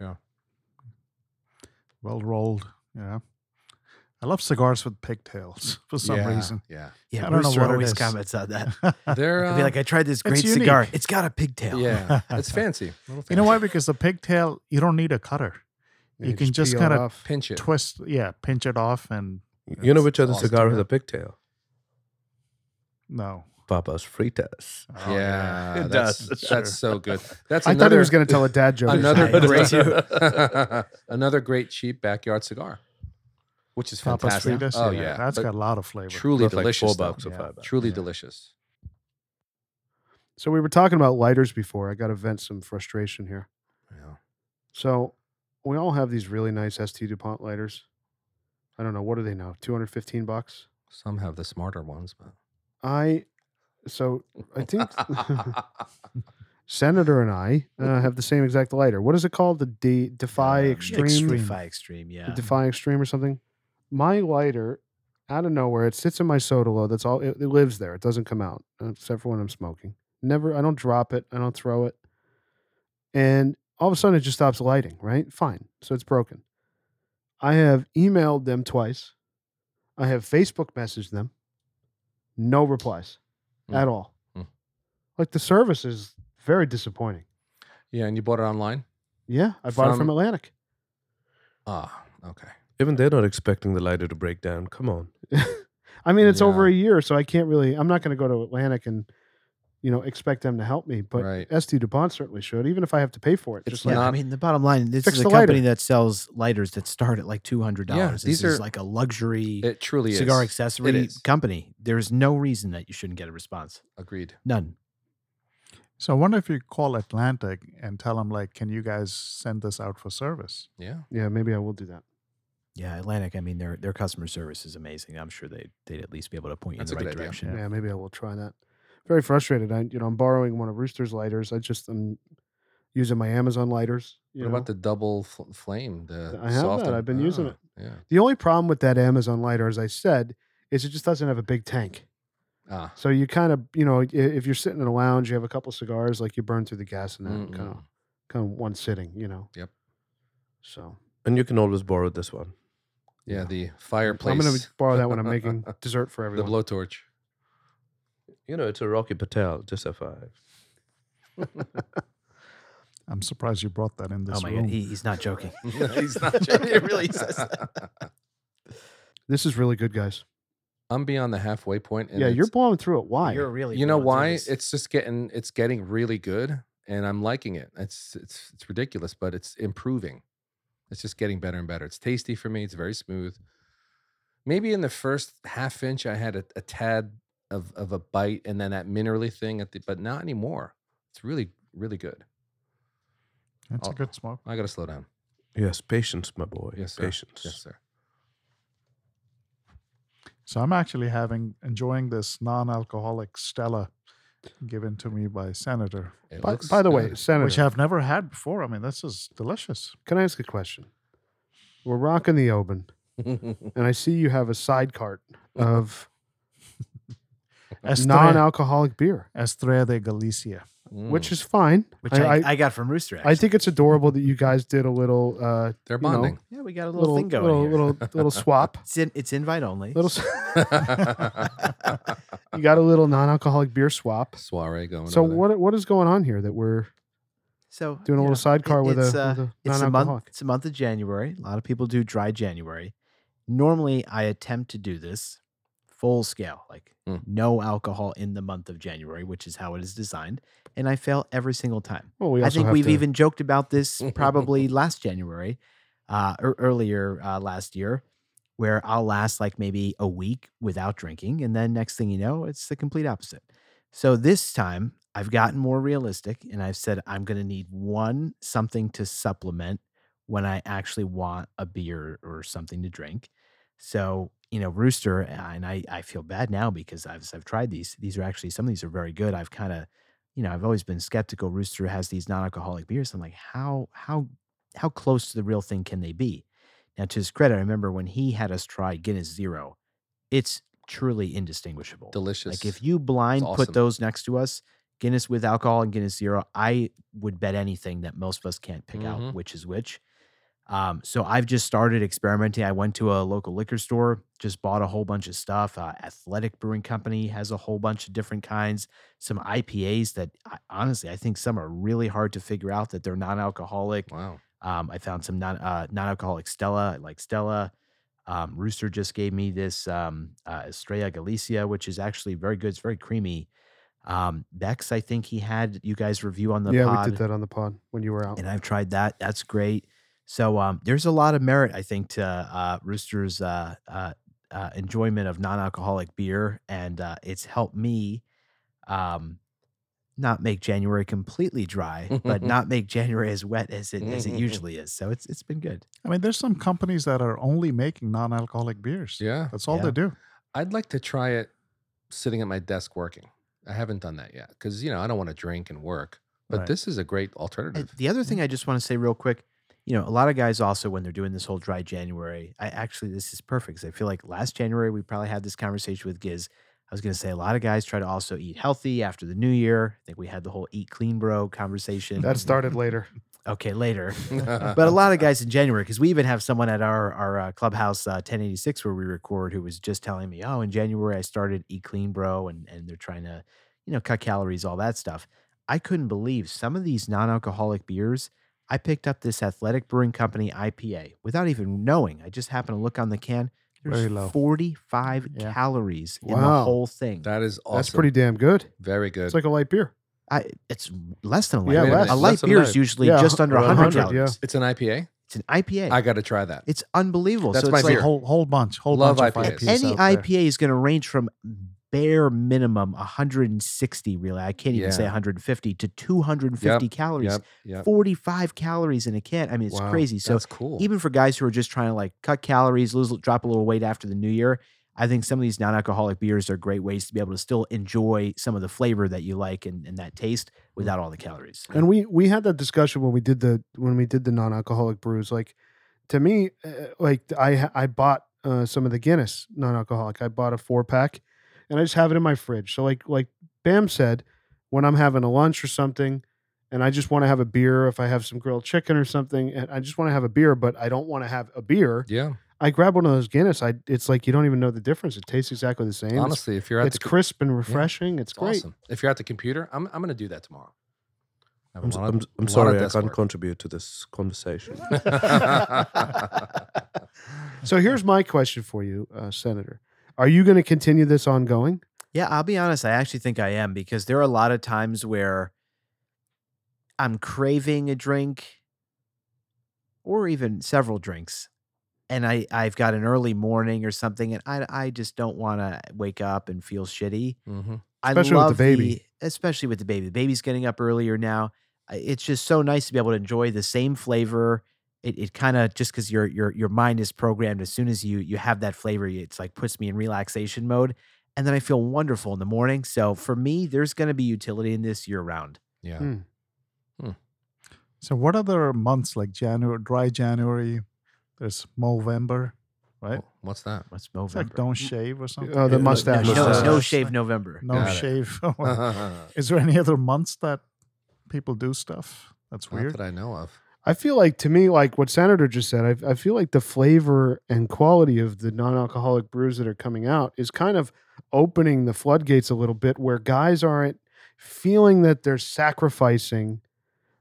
Yeah. Well rolled. Yeah. I love cigars with pigtails for some Yeah, reason. Yeah. Yeah, I don't know Rooster what it always is. comments on that. They're, I'd uh, be like, I tried this great unique. cigar. It's got a pigtail. yeah. It's fancy. Little You know fancy. why? Because the pigtail, you don't need a cutter. You can just peel it kinda off. Pinch it. Twist, yeah, pinch it off and You know It's which other awesome. cigar has a pigtail? no. Papa's Fritas. Oh, Yeah. It that's, does, sure. That's so good. That's I another, thought he was going to tell a dad joke. or another something. great another great cheap backyard cigar, which is Papa's fantastic. Fritas, Oh yeah, yeah, That's but got a lot of flavor. truly Cost like delicious. four though. bucks or Yeah. five bucks. Truly Yeah. delicious. So we were talking about lighters before. I got to vent some frustration here. Yeah. So we all have these really nice ST DuPont lighters. I don't know what are they now? 215 bucks. Some have the smarter ones, but I so I think Senator and I uh, have the same exact lighter. What is it called? The De- Defy Um, Extreme, Defy Extreme, The yeah. Defy Extreme or something. My lighter out of nowhere, it sits in my soda low. That's all. It, it lives there. It doesn't come out uh, except for when I'm smoking. Never. I don't drop it. I don't throw it. And all of a sudden, it just stops lighting. Right? Fine. So it's broken. I have emailed them twice. I have Facebook messaged them. No replies Hmm. at all. Hmm. Like the service is very disappointing. yeah, and you bought it online. Yeah, I bought it from From- Atlantic. Ah, okay. Even they're not expecting the lighter to break down. Come on. I mean, it's over Yeah. a year, so I can't really. I'm not going to go to Atlantic and you know expect them to help me. But Right. ST Dupont certainly should, even if I have to pay for it. It's just Yeah, like I not- mean, the bottom line, this Fix is a the lighter. company that sells lighters that start at like two hundred dollars. these this is are- like a luxury It truly cigar is. accessory is. company. There's no reason that you shouldn't get a response. Agreed. None. So I wonder if you call Atlantic and tell them like, can you guys send this out for service? Yeah. yeah, maybe I will do that. Yeah, Atlantic. I mean, their their customer service is amazing. I'm sure they they'd at least be able to point you That's a in the good right idea. direction. Yeah. maybe I will try that. Very frustrated. I you know I'm borrowing one of Rooster's lighters. I just am using my Amazon lighters. You What know? about the double fl- flame? The I have soft that. and- I've been using it. Yeah. The only problem with that Amazon lighter, as I said, is it just doesn't have a big tank. Ah. So you kind of, you know, i- if you're sitting in a lounge, you have a couple cigars, like you burn through the gas in that mm, kind of mm. kind of one sitting, you know. Yep. So And you can always borrow this one. Yeah. The fireplace. I'm going to borrow that when I'm making dessert for the everyone. blowtorch. You know, it's a Rocky Patel, just FI. I'm surprised you brought that in this Oh my room. god, he, he's not joking. He's not joking. it really says that. this is really good, guys. I'm beyond the halfway point. and yeah, you're it's- blowing through it. Why? You're really. you know blowing through why? this. It's just getting it's getting really good and I'm liking it. It's it's it's ridiculous, but it's improving. It's just getting better and better. It's tasty for me, it's very smooth. Maybe in the first half inch I had a, a tad of of a bite and then that minerally thing at the but not anymore. It's really really good. It's I'll- a good smoke. I got to slow down. Yes, patience, my boy. Yes, sir. patience. Yes, sir. So I'm actually having enjoying this non-alcoholic Stella given to me by Senator, It by, looks by the way, good. which Senator, I've never had before. I mean, this is delicious. can I ask a question? We're rocking the open, Mm. and I see you have a side cart Mm-hmm. of Estrella, non-alcoholic beer, Estrella de Galicia. which is fine. Mm. which I, I, I, got from Rooster. I Actually. think it's adorable that you guys did a little uh, they're you know, bonding. Yeah, we got a little, little thing going. little here. little, little swap. It's in, it's invite only. Little, s- you got a little non-alcoholic beer swap. Soiree going So over there. what what is going on here that we're so doing a you know, little sidecar it- with, a, it's, uh, with a it's a month. non-alcoholic? It's a month of January. A lot of people do dry January. Normally, I attempt to do this full scale, like Mm. no alcohol in the month of January, which is how it is designed, and I fail every single time. Well, we I also think have we've to- even joked about this probably last January, uh, or earlier uh, last year, where I'll last like maybe a week without drinking, and then next thing you know, it's the complete opposite. So this time, I've gotten more realistic, and I've said I'm going to need one something to supplement when I actually want a beer or something to drink. So you know, Rooster, uh, and I, I feel bad now because I've I've tried these. These are actually some of these are very good. I've kind of you know, I've always been skeptical. Rooster has these non-alcoholic beers. I'm like, how how how close to the real thing can they be? Now, to his credit, I remember when he had us try Guinness Zero. It's truly indistinguishable. Delicious. Like if you blind awesome. put those next to us, Guinness with alcohol and Guinness Zero, I would bet anything that most of us can't pick Mhm. out which is which. Um, so I've just started experimenting. I went to a local liquor store, just bought a whole bunch of stuff. Uh, Athletic Brewing Company has a whole bunch of different kinds. Some IPAs that I, honestly, I think some are really hard to figure out that they're non-alcoholic. wow. Um, I found some non uh, non-alcoholic Stella. I like Stella. Um, Rooster just gave me this um, uh, Estrella Galicia, which is actually very good. It's very creamy. Um, Bex, I think he had you guys review on the yeah, pod, we did that on the pod when you were out. and I've tried that. That's great. So um, there's a lot of merit, I think, to uh, Rooster's uh, uh, uh, enjoyment of non-alcoholic beer, and uh, it's helped me um, not make January completely dry, but not make January as wet as it as it usually is. So it's it's been good. I mean, there's some companies that are only making non-alcoholic beers. Yeah. That's all Yeah. they do. I'd like to try it sitting at my desk working. I haven't done that yet because you know I don't want to drink and work. But Right. this is a great Uh, alternative. The other thing I just want to say real quick, you know, a lot of guys also when they're doing this whole dry January, I actually this is perfect. 'cause I feel like last January we probably had this conversation with Giz. I was going to say a lot of guys try to also eat healthy after the new year. I think we had the whole eat clean bro conversation. that started later. okay later. but But a lot of guys in January, because we even have someone at our our uh, clubhouse uh, 1086 where we record, who was just telling me, "Oh, in January I started Eat Clean, Bro," and and they're trying to, you know, cut calories, all that stuff. I couldn't believe some of these non-alcoholic beers. I picked up this Athletic Brewing Company IPA without even knowing. I just happened to look on the can. There's Very low. 45 Yeah. calories in the Wow. whole thing. That is awesome. That's pretty damn good. Very good. It's like a light beer. I, it's less than a light. Yeah, beer. less. a light Less than beer a is light. usually Yeah, just under around 100, 100, yeah. calories. it's an IPA. It's an IPA. I got to try that. it's unbelievable. That's so my it's like beer. whole whole bunch, whole Love bunch of IPAs. IPs. any out there. IPA is going to range from bare minimum 160 really. I can't even say Yeah. 150 to 250 calories. Yep. Yep. 45 calories in a can. I mean, it's Wow, crazy. So That's cool. even for guys who are just trying to like cut calories, lose, drop a little weight after the new year, I think some of these non-alcoholic beers are great ways to be able to still enjoy some of the flavor that you like and, and that taste Mm. without all the calories. And we we had that discussion when we did the when we did the non-alcoholic brews. Like to me, uh, like I ha- I bought uh, some of the Guinness non-alcoholic. I bought a four pack, and I just have it in my fridge. So like like Bam said, when I'm having a lunch or something, and I just want to have a beer. If I have some grilled chicken or something, and I just want to have a beer, but I don't want to have a beer. yeah. I grab one of those Guinness. I it's like you don't even know the difference. It tastes exactly the same. It's- Honestly, if you're at it's, the co- crisp and refreshing. It's, it's great. awesome. If you're at the computer, I'm I'm gonna do that tomorrow. I have a I'm, s- lot I'm, of- s- a I'm lot of sorry, I desk can't work. contribute to this conversation. So here's my question for you, uh, Senator. Are you going to continue this ongoing? Yeah, I'll be honest. I actually think I am because there are a lot of times where I'm craving a drink or even several drinks. And I, I've got an early morning or something, and I, I just don't want to wake up and feel shitty. Mhm. Especially I with the love baby. especially with the baby. The baby's getting up earlier now. I- It's just so nice to be able to enjoy the same flavor. It, it kind of just because your your your mind is programmed as soon as you you have that flavor, it's like puts me in relaxation mode, and then I feel wonderful in the morning. So for me, there's going to be utility in this year round. Yeah. Hmm. So what other months like January, dry January? There's Movember, right? Wh- What's that? What's It's like November? don't Mm, shave or something. Oh, the Yeah, mustache. no, Mustache. no shave November. No Got it. Uh-huh. shave. Oh, Not Is there any other months that people do stuff? That's weird. that I know of. I feel like to me, like what Senator just said, I, I feel like the flavor and quality of the non-alcoholic brews that are coming out is kind of opening the floodgates a little bit, where guys aren't feeling that they're sacrificing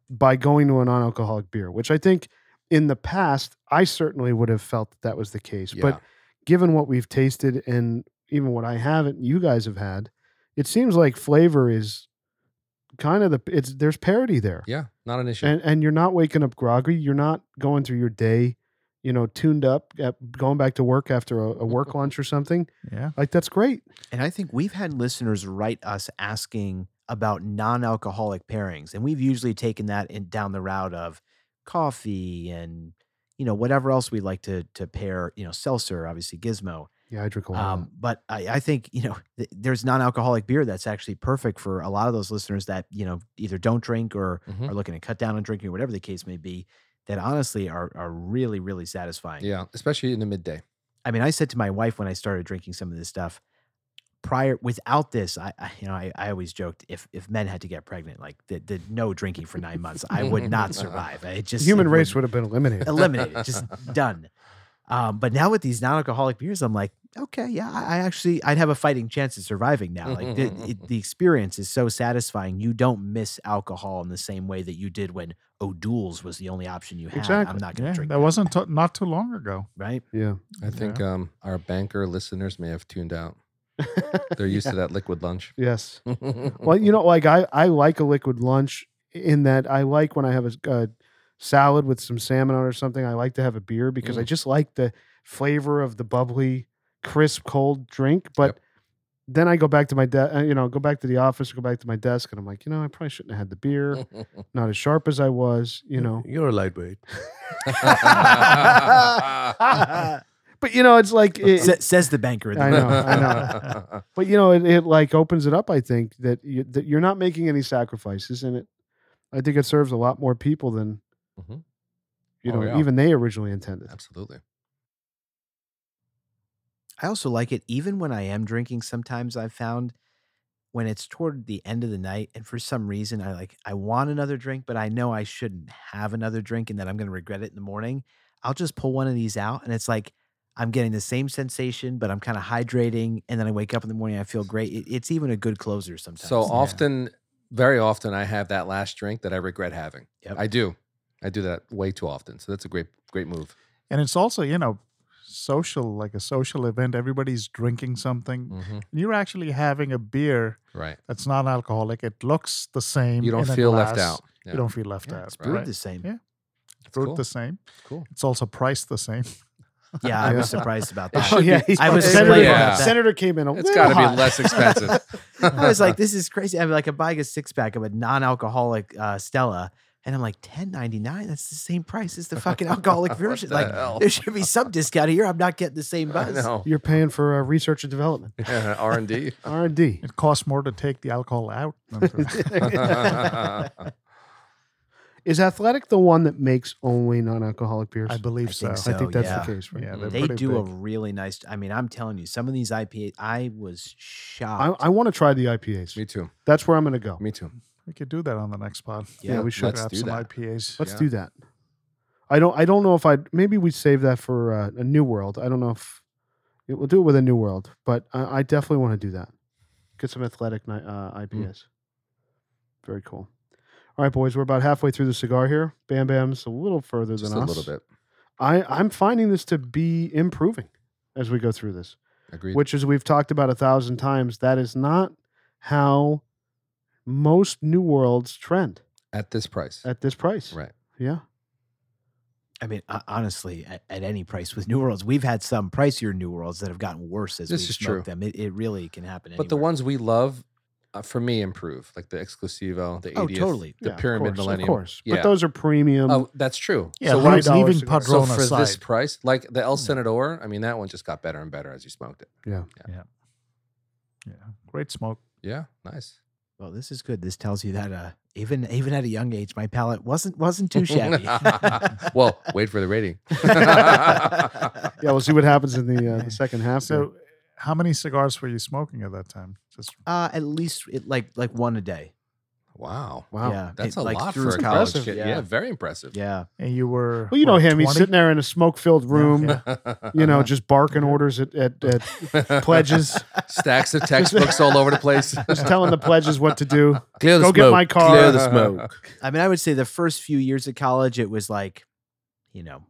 by going to a non-alcoholic beer, which I think in the past I certainly would have felt that, that was the case, Yeah. but given what we've tasted and even what I haven't, you guys have had, it seems like flavor is kind of the it's there's parity there, yeah, not an issue. and and you're not waking up groggy, you're not going through your day, you know, tuned up, at, going back to work after a, a work lunch or something. Yeah. Like that's great. And I think we've had listeners write us asking about non-alcoholic pairings, and we've usually taken that in, down the route of coffee and you know whatever else we like to to pair. You know, seltzer, obviously, Gizmo. Yeah, I drink a lot. Um, but I, I think you know th- there's non-alcoholic beer that's actually perfect for a lot of those listeners that you know either don't drink or Mhm. are looking to cut down on drinking or whatever the case may be. That honestly are are really really satisfying. Yeah, especially in the midday. I mean, I said to my wife when I started drinking some of this stuff, prior without this, I, I you know, I, I always joked if if men had to get pregnant, like the, the no drinking for nine months, I would not survive. I the just human it race would would have been eliminated. eliminated, just done. Um, but now with these non-alcoholic beers, I'm like, okay, yeah, I, I actually I'd have a fighting chance of surviving now. Like the, it, the experience is so satisfying. You don't miss alcohol in the same way that you did when O'Doul's was the only option you had. I'm Exactly. not gonna Yeah, drink that wasn't to- not too long ago. right. yeah. I think um, our banker listeners may have tuned out. They're used to that liquid lunch. Yes. well, Mm-hmm. you know, like I, I like a liquid lunch in that I like when I have a, s- a salad with some salmon on it or something. I like to have a beer because I just like the flavor of the bubbly, crisp, cold drink. But Yep. then I go back to my desk, you know, go back to the office, go back to my desk, and I'm like, you know, I probably shouldn't have had the beer. Not as sharp as I was, you know. You're a lightweight. But you know, it's like it, Sa- says the banker. in the I know, room. I know. But you know, it, it like opens it up. I think that you, that you're not making any sacrifices, and it, I think it serves a lot more people than, Mhm. you Oh, know, yeah. even they originally intended. Absolutely. I also like it even when I am drinking. Sometimes I've found when it's toward the end of the night, and for some reason I like I want another drink, but I know I shouldn't have another drink, and that I'm going to regret it in the morning. I'll just pull one of these out, and it's like I'm getting the same sensation, but I'm kind of hydrating, and then I wake up in the morning, I feel great. It, it's even a good closer sometimes. So often, very often, I have that last drink that I regret having. Yep. I do. I I do that way too often. So that's a great, great move. And it's also, you know, social, like a social event. Everybody's drinking something. hmm You're actually having a beer Right. that's non alcoholic. It looks the same. You don't in a feel left glass. out. Yeah. You don't feel left Yeah, out. it's brewed brewed right? the same. Yeah. That's Brewed cool. the same. cool. It's also priced the same. Yeah, I Yeah. was surprised about that. Oh yeah, I was senator, thinking about that. senator came in a It's little got to hot. be less expensive. I was like, this is crazy. I'm like, I'm buying a six pack of a non-alcoholic uh, Stella, and I'm like, ten ninety nine. That's the same price as the fucking alcoholic What version. the Like, hell? there should be some discount here. I'm not getting the same I buzz. know. You're paying for uh, research and development, Yeah, R and D. R and D. It costs more to take the alcohol out. than to- Is Athletic the one that makes only non-alcoholic beers? I believe I so. think I think So, that's yeah. the case. Right? Yeah, Mhm. they're They pretty do a big. really nice. I mean, I'm telling you, some of these IPAs, I was I, shocked. I want to try the IPAs. Me too. That's where I'm going to go. Me too. We could do that on the next pod. Yeah, we should. Let's Grab do some that. IPAs. Let's Yeah. do that. I don't. I don't know if I. Maybe we save that for uh, a new world. I don't know if yeah, we'll do it with a new world, but I, I definitely want to do that. Get some athletic ni- uh, IPAs. Very cool. All right, boys. We're about halfway through the cigar here. Bam Bam's a little further Just a than us. little bit. I I'm finding this to be improving as we go through this Agreed. which as we've talked about a thousand times, that is not how most new worlds trend At this price. at this price. Right. Yeah. I mean, uh, honestly, at, at any price with New Worlds, we've had some pricier New Worlds that have gotten worse as This we've is smoked true. them. It, it really can happen. But the anywhere. ones we love, uh, for me, improve. Like the Exclusivo, the 80th, Oh, totally. the Yeah, of Pyramid course, Millennium. Of course. Yeah. But those are premium. Oh, that's true. Yeah, so so what I'm high- saying- leaving cigars. so Padron for aside, this price, like the El Yeah. Senador, I mean that one just got better and better as you smoked it. yeah, great smoke. Yeah, nice. Well, this is good. This tells you that uh, even even at a young age, my palate wasn't wasn't too shabby. well, wait for the rating. yeah, we'll see what happens in the uh, the second half. there. So, how many cigars were you smoking at that time? Just uh, at least it, like like one a day. wow, wow. yeah, that's it- a like lot through for a college college, kid. Yeah. yeah. very impressive. Yeah, and you were Well, you know what, him. He's 20? sitting there in a smoke filled room, Yeah. you Uh-huh. know, just barking orders at, at, at pledges, Stacks of textbooks all over the place. just telling the pledges what to do. Clear the Go smoke. get my car. Clear the smoke. I mean, I would say the first few years of college, it was like, you know,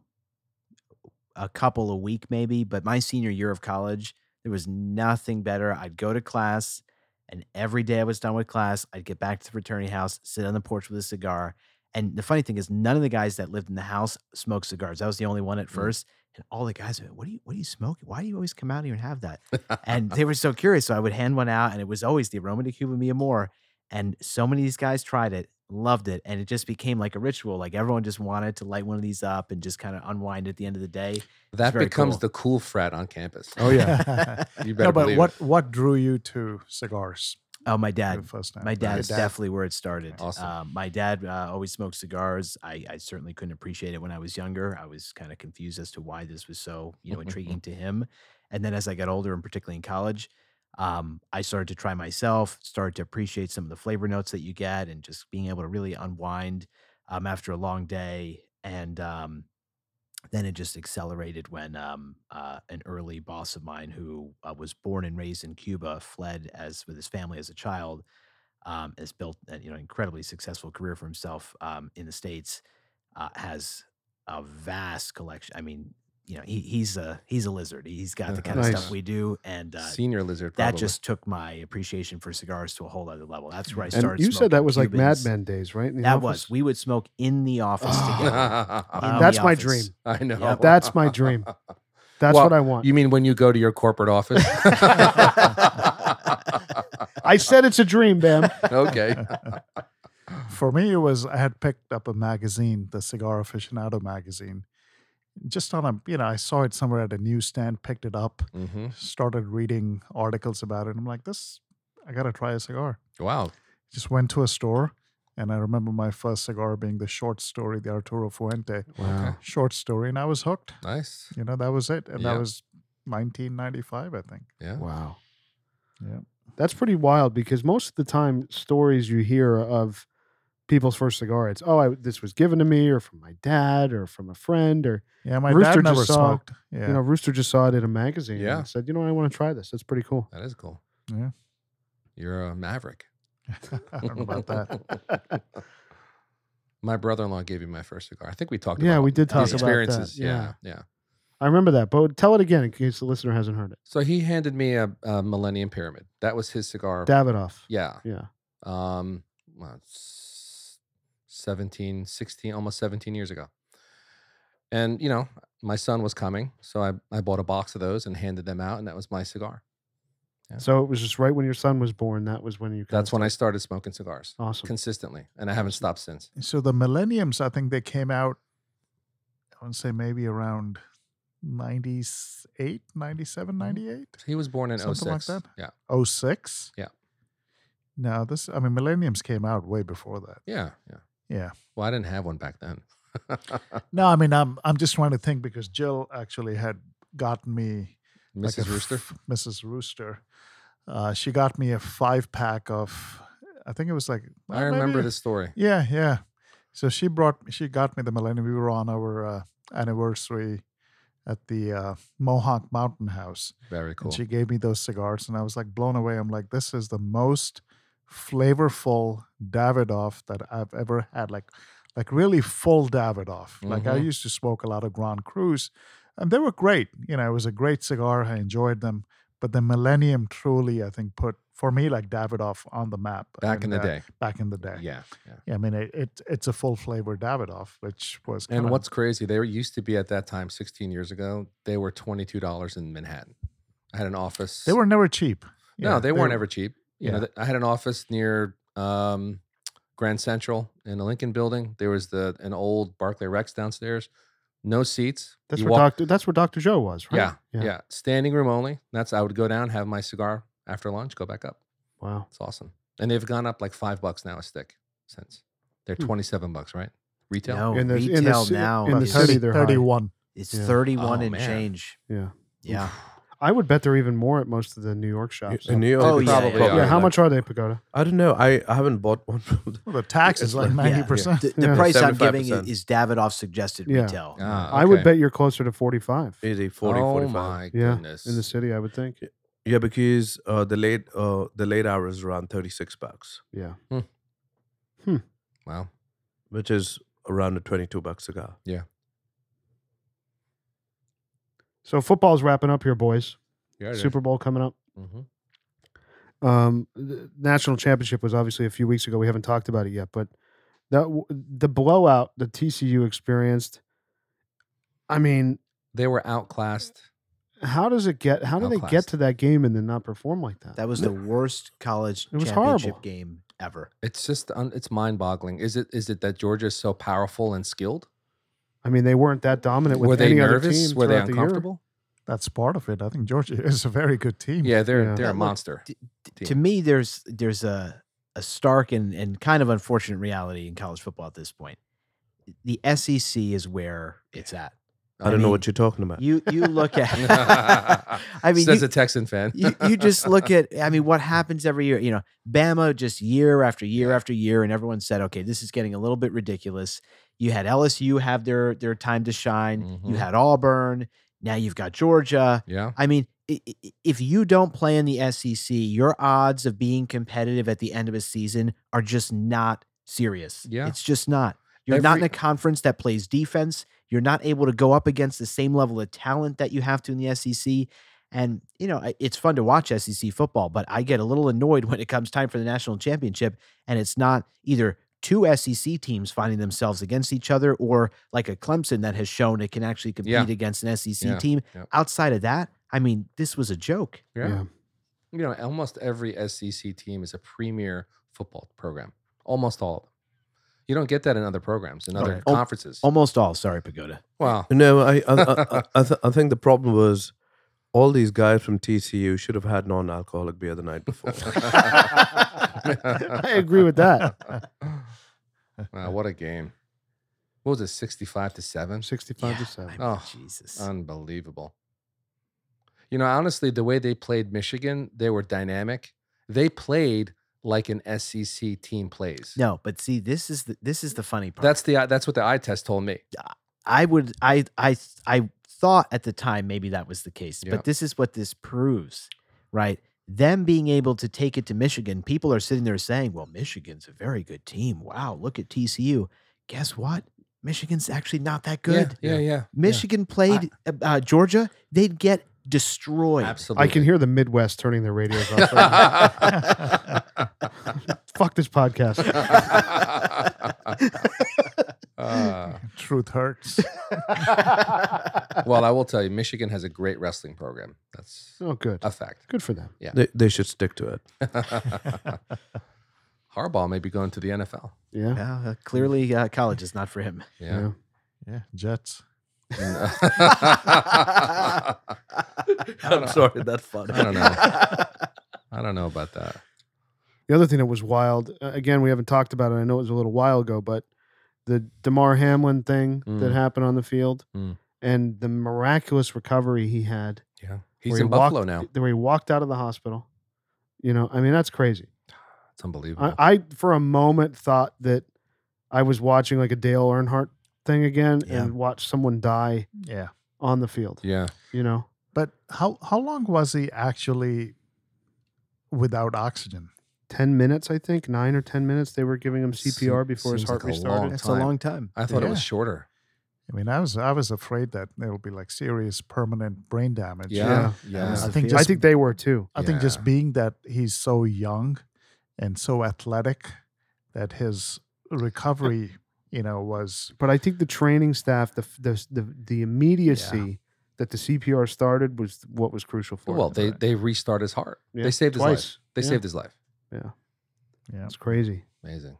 a couple a week maybe. But my senior year of college, there was nothing better. I'd go to class, and every day I was done with class, I'd get back to the fraternity house, sit on the porch with a cigar. And the funny thing is, none of the guys that lived in the house smoked cigars. I was the only one at first. And all the guys went, What do you what do you smoke? Why do you always come out here and have that? and they were so curious. So I would hand one out, and it was always the aroma de Cuba Mia Moore. And so many of these guys tried it, loved it, and it just became like a ritual. Like everyone just wanted to light one of these up and just kind of unwind at the end of the day. that very becomes cool. the cool frat on campus. Oh, yeah. You better no, but believe what it. what drew you to cigars Oh, my for dad. the first time? My dad's Your dad. definitely where it started. Awesome. Uh, my dad uh, always smoked cigars. I, I certainly couldn't appreciate it when I was younger. I was kind of confused as to why this was so you know intriguing to him. And then as I got older, and particularly in college, um, I started to try myself, started to appreciate some of the flavor notes that you get, and just being able to really unwind um, after a long day. And um, then it just accelerated when um, uh, an early boss of mine who uh, was born and raised in Cuba fled as with his family as a child, um, has built an you know incredibly successful career for himself um, in the states, uh, has a vast collection. I mean, you know, he, he's a he's a lizard. He's got the kind of Uh-huh. Nice. stuff we do, and uh, Senior lizard. that Probably. just took my appreciation for cigars to a whole other level. That's where I And started. you said that smoking was like Mad Cubans. Men days, right? in the That office? was. We would smoke in the office Oh. together. in That's the my office. dream. I know. Yeah. That's my dream. That's Well, what I want. You mean when you go to your corporate office? I said it's a dream, Bam. okay. For me, it was I had picked up a magazine, the Cigar Aficionado magazine, just on a you know I saw it somewhere at a newsstand, picked it up, hmm started reading articles about it. And I'm like, this, I gotta try a cigar. Wow. Just went to a store, and I remember my first cigar being the short story, the Arturo Fuente Wow. short story, and I was hooked. Nice. You know, that was it, and Yeah. that was 1995, I think. Yeah. Wow. Yeah. That's pretty wild because most of the time stories you hear of people's first cigar, it's oh I, this was given to me or from my dad or from a friend or Yeah, my Rooster dad never just saw- smoked. Yeah, you know Rooster just saw it in a magazine Yeah. and said you know I want to try this. That's pretty cool. That is cool. Yeah. You're a maverick. I don't know about that. My brother-in-law gave me my first cigar. I think we talked. Yeah, about we did the talk about that, experiences. yeah. yeah, yeah. I remember that, but tell it again in case the listener hasn't heard it. So he handed me a, a Millennium Pyramid. That was his cigar. Davidoff. yeah. Yeah. Um, well, it's 17, 16, almost 17 years ago. And, you know, my son was coming. So I, I bought a box of those and handed them out. And that was my cigar. Yeah. So it was just right when your son was born. That was when you. kinda That's when I started smoking cigars started. Awesome. consistently. And I haven't stopped since. So the millenniums, I think they came out, I would say maybe around 98, Mm-hmm. 97, 98, He was born in Something like 06. that? Yeah. 06. Yeah. No, oh this, I mean, millenniums came out way before that. Yeah. Yeah. Yeah. Well, I didn't have one back then. No, I mean, I'm, I'm just trying to think because Jill actually had gotten me like Mrs. a Rooster. f- Mrs. Rooster. Uh, she got me a five pack of, I think it was like, I uh, remember maybe- this story. Yeah, yeah. So she brought, she got me the Millennium. We were on our uh, anniversary at the uh, Mohawk Mountain House. Very cool. And she gave me those cigars, and I was like blown away. I'm like, this is the most flavorful Davidoff that I've ever had. Like, like really full Davidoff. Like I Mhm. used to smoke a lot of Grand Crus, and they were great. You know, it was a great cigar. I enjoyed them, but the Millennium truly, I think, put for me like Davidoff on the map. back in And, the uh, day. Back in the day. Yeah. Yeah. Yeah, I mean, it, it it's a full flavored Davidoff, which was And kinda- what's crazy, they were used to be at that time 16 years ago, they were $22 in Manhattan. I had an office. they were never cheap. no, they, weren't ever cheap. You know, yeah. th- I had an office near um, Grand Central in the Lincoln building. There was the an old Barclay Rex downstairs. No seats. That's You where walk- Doctor. That's where Doctor Joe was, right? Yeah, yeah. Standing room only. That's I would go down, have my cigar after lunch, go back up. Wow. It's awesome. And they've gone up like five bucks now a stick since. They're Hmm. 27 bucks, right? Retail. No, In the- in the retail ci- now in the is, city, they're high. 31. it's Yeah. 31 Oh, and man. change. Yeah. Yeah. I would bet they're even more at most of the New York shops. In New York, Oh, it's yeah, yeah, yeah. How like- much are they, Pagoda? I don't know. I, I haven't bought one from them. Well, the tax is It's like like- yeah, 90%. The, the Yeah. price I'm giving i- 75%. is Davidoff suggested Yeah. retail. Ah, I would okay. bet you're closer to 45 80, 40, oh 45. my Yeah, goodness. in the city. I would think. Yeah, because uh, the late uh, the late hour is around 36 bucks, Yeah. wow. which is around a 22 bucks cigar. So football's wrapping up here, boys. Yeah, it is. Super Bowl coming up. Mhm. Um, the national championship was obviously a few weeks ago. We haven't talked about it yet, but that w- the blowout the TCU experienced. I mean, They were outclassed. how does it get? How do they get Outclassed. to that game and then not perform like that? That was the worst college It was championship horrible. game ever. It's just un, it's mind boggling. Is it is it that Georgia is so powerful and skilled? I mean, they weren't that dominant with Were they any other nervous? team. Were they throughout the year. uncomfortable? That's part of it. I think Georgia is a very good team. yeah, they're Yeah. they're That a look- monster. T- To team. me, there's there's a a stark and, and kind of unfortunate reality in college football at this point. The SEC is where it's at. I, don't know what you're talking about. You you look at I mean Says you, a Texan fan. you, you just look at I mean what happens every year. You know, Bama just year after year after year, and everyone said, okay, this is getting a little bit ridiculous. You had LSU have their their time to shine. You Mhm. had Auburn. Now you've got Georgia. yeah, I mean, i- i- if you don't play in the SEC, your odds of being competitive at the end of a season are just not serious. Yeah. It's just not. You're not in Every- a conference that plays defense. You're not able to go up against the same level of talent that you have to in the SEC. And, you know, I- it's fun to watch SEC football, but I get a little annoyed when it comes time for the national championship and it's not either two SEC teams finding themselves against each other or like a Clemson that has shown it can actually compete Yeah. against an SEC Yeah. team. Yep. Outside of that, I mean, this was a joke. yeah, Yeah. You know, almost every SEC team is a premier football program. Almost all of them. You don't get that in other programs, in other Right. Al- conferences. Almost all. Sorry, Pagoda. wow. No, I I, I, I, th- I think the problem was all these guys from TCU should have had non-alcoholic beer the night before. I agree with that. Wow, what a game! What was it, sixty-five to seven? 65 Yeah, to I 7. mean, Oh, Jesus. Unbelievable. You know, honestly, the way they played Michigan, they were dynamic. They played like an SEC team plays. no, but see, this is the this is the funny part. That's the that's what the eye test told me. I would I I I thought at the time maybe that was the case, Yeah. but this is what this proves, right? Them being able to take it to Michigan, people are sitting there saying, "Well, Michigan's a very good team. Wow, look at TCU." guess what? Michigan's actually not that Yeah, good. Yeah, yeah. Michigan played uh, uh, Georgia, they'd get destroyed. Absolutely. I can hear the Midwest turning their radios off. right now. hear. Fuck this podcast. Uh, Truth hurts. well, I will tell you, Michigan has a great wrestling program. That's Oh, good. a fact. Good for them. They, they should stick to it. Harbaugh may be going to the NFL. Yeah. Yeah, uh, clearly, uh, college is not for him. Yeah. Yeah, Jets. I don't know. that's funny. I don't know. I don't know about that. The other thing that was wild, uh, again, we haven't talked about it. I know it was a little while ago, but the Damar Hamlin thing that Mm. happened on the field Mm. and the miraculous recovery he had. Yeah. He's where he in Buffalo walked- now. Where he walked out of the hospital. You know, I mean, that's crazy. It's unbelievable. I, I for a moment thought that I was watching like a Dale Earnhardt thing again Yeah. and watched someone die Yeah. on the field. yeah. You know, But how how long was he actually without oxygen? ten minutes, I think, nine or ten minutes. They were giving him CPR Seem- before his seems heart like a long restarted. That's time. a long time. I thought it was Yeah. shorter. I mean, I was I was afraid that it'll be like serious permanent brain damage. Yeah. Yeah. That's I the think fear. I just think they were too. I think Yeah. just being that he's so young and so athletic that his recovery, you know, was But I think the training staff, the the the, the immediacy that the CPR started was what was crucial for. Well, it. they they restart his heart. Yeah, They saved his life. twice. They Yeah. saved his life. yeah. It's crazy. Amazing.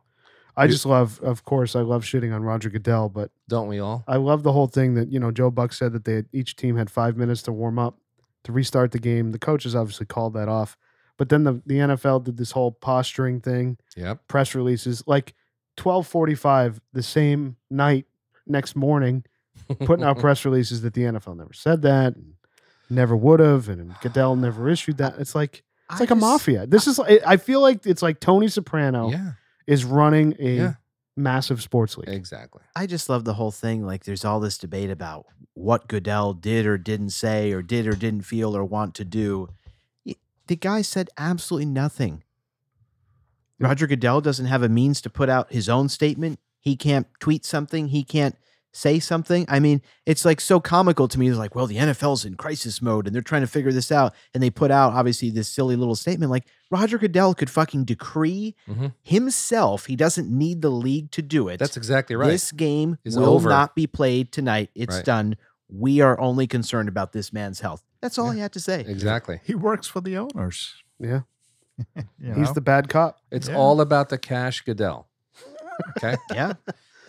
I just love, of course, I love shitting on Roger Goodell, but Don't we all? I love the whole thing that you know Joe Buck said that they had, each team had five minutes to warm up to restart the game. The coaches obviously called that off, but then the the NFL did this whole posturing thing, Yep. press releases like twelve forty five the same night next morning, putting out press releases that the NFL never said that, and never would have, and Goodell never issued that. It's like it's I like a just- mafia. This is I I feel like it's like Tony Soprano Yeah. is running a Yeah. massive sports league. Exactly. I just love the whole thing. Like, there's all this debate about what Goodell did or didn't say, or did or didn't feel or want to do. Y- The guy said absolutely nothing. Yeah. Roger Goodell doesn't have a means to put out his own statement. He can't tweet something. He can't say something. I mean, it's like so comical to me. It's like, well, the NFL's in crisis mode and they're trying to figure this out. And they put out, obviously, this silly little statement. Like, Roger Goodell could fucking decree Mhm. himself. He doesn't need the league to do it. That's exactly right. This game It's will over. not be played tonight. It's Right. done. We are only concerned about this man's health. That's all Yeah. he had to say. exactly. he works for the owners. Yeah. You He's know? the bad cop. It's Yeah. all about the cash, Goodell. Okay. Yeah.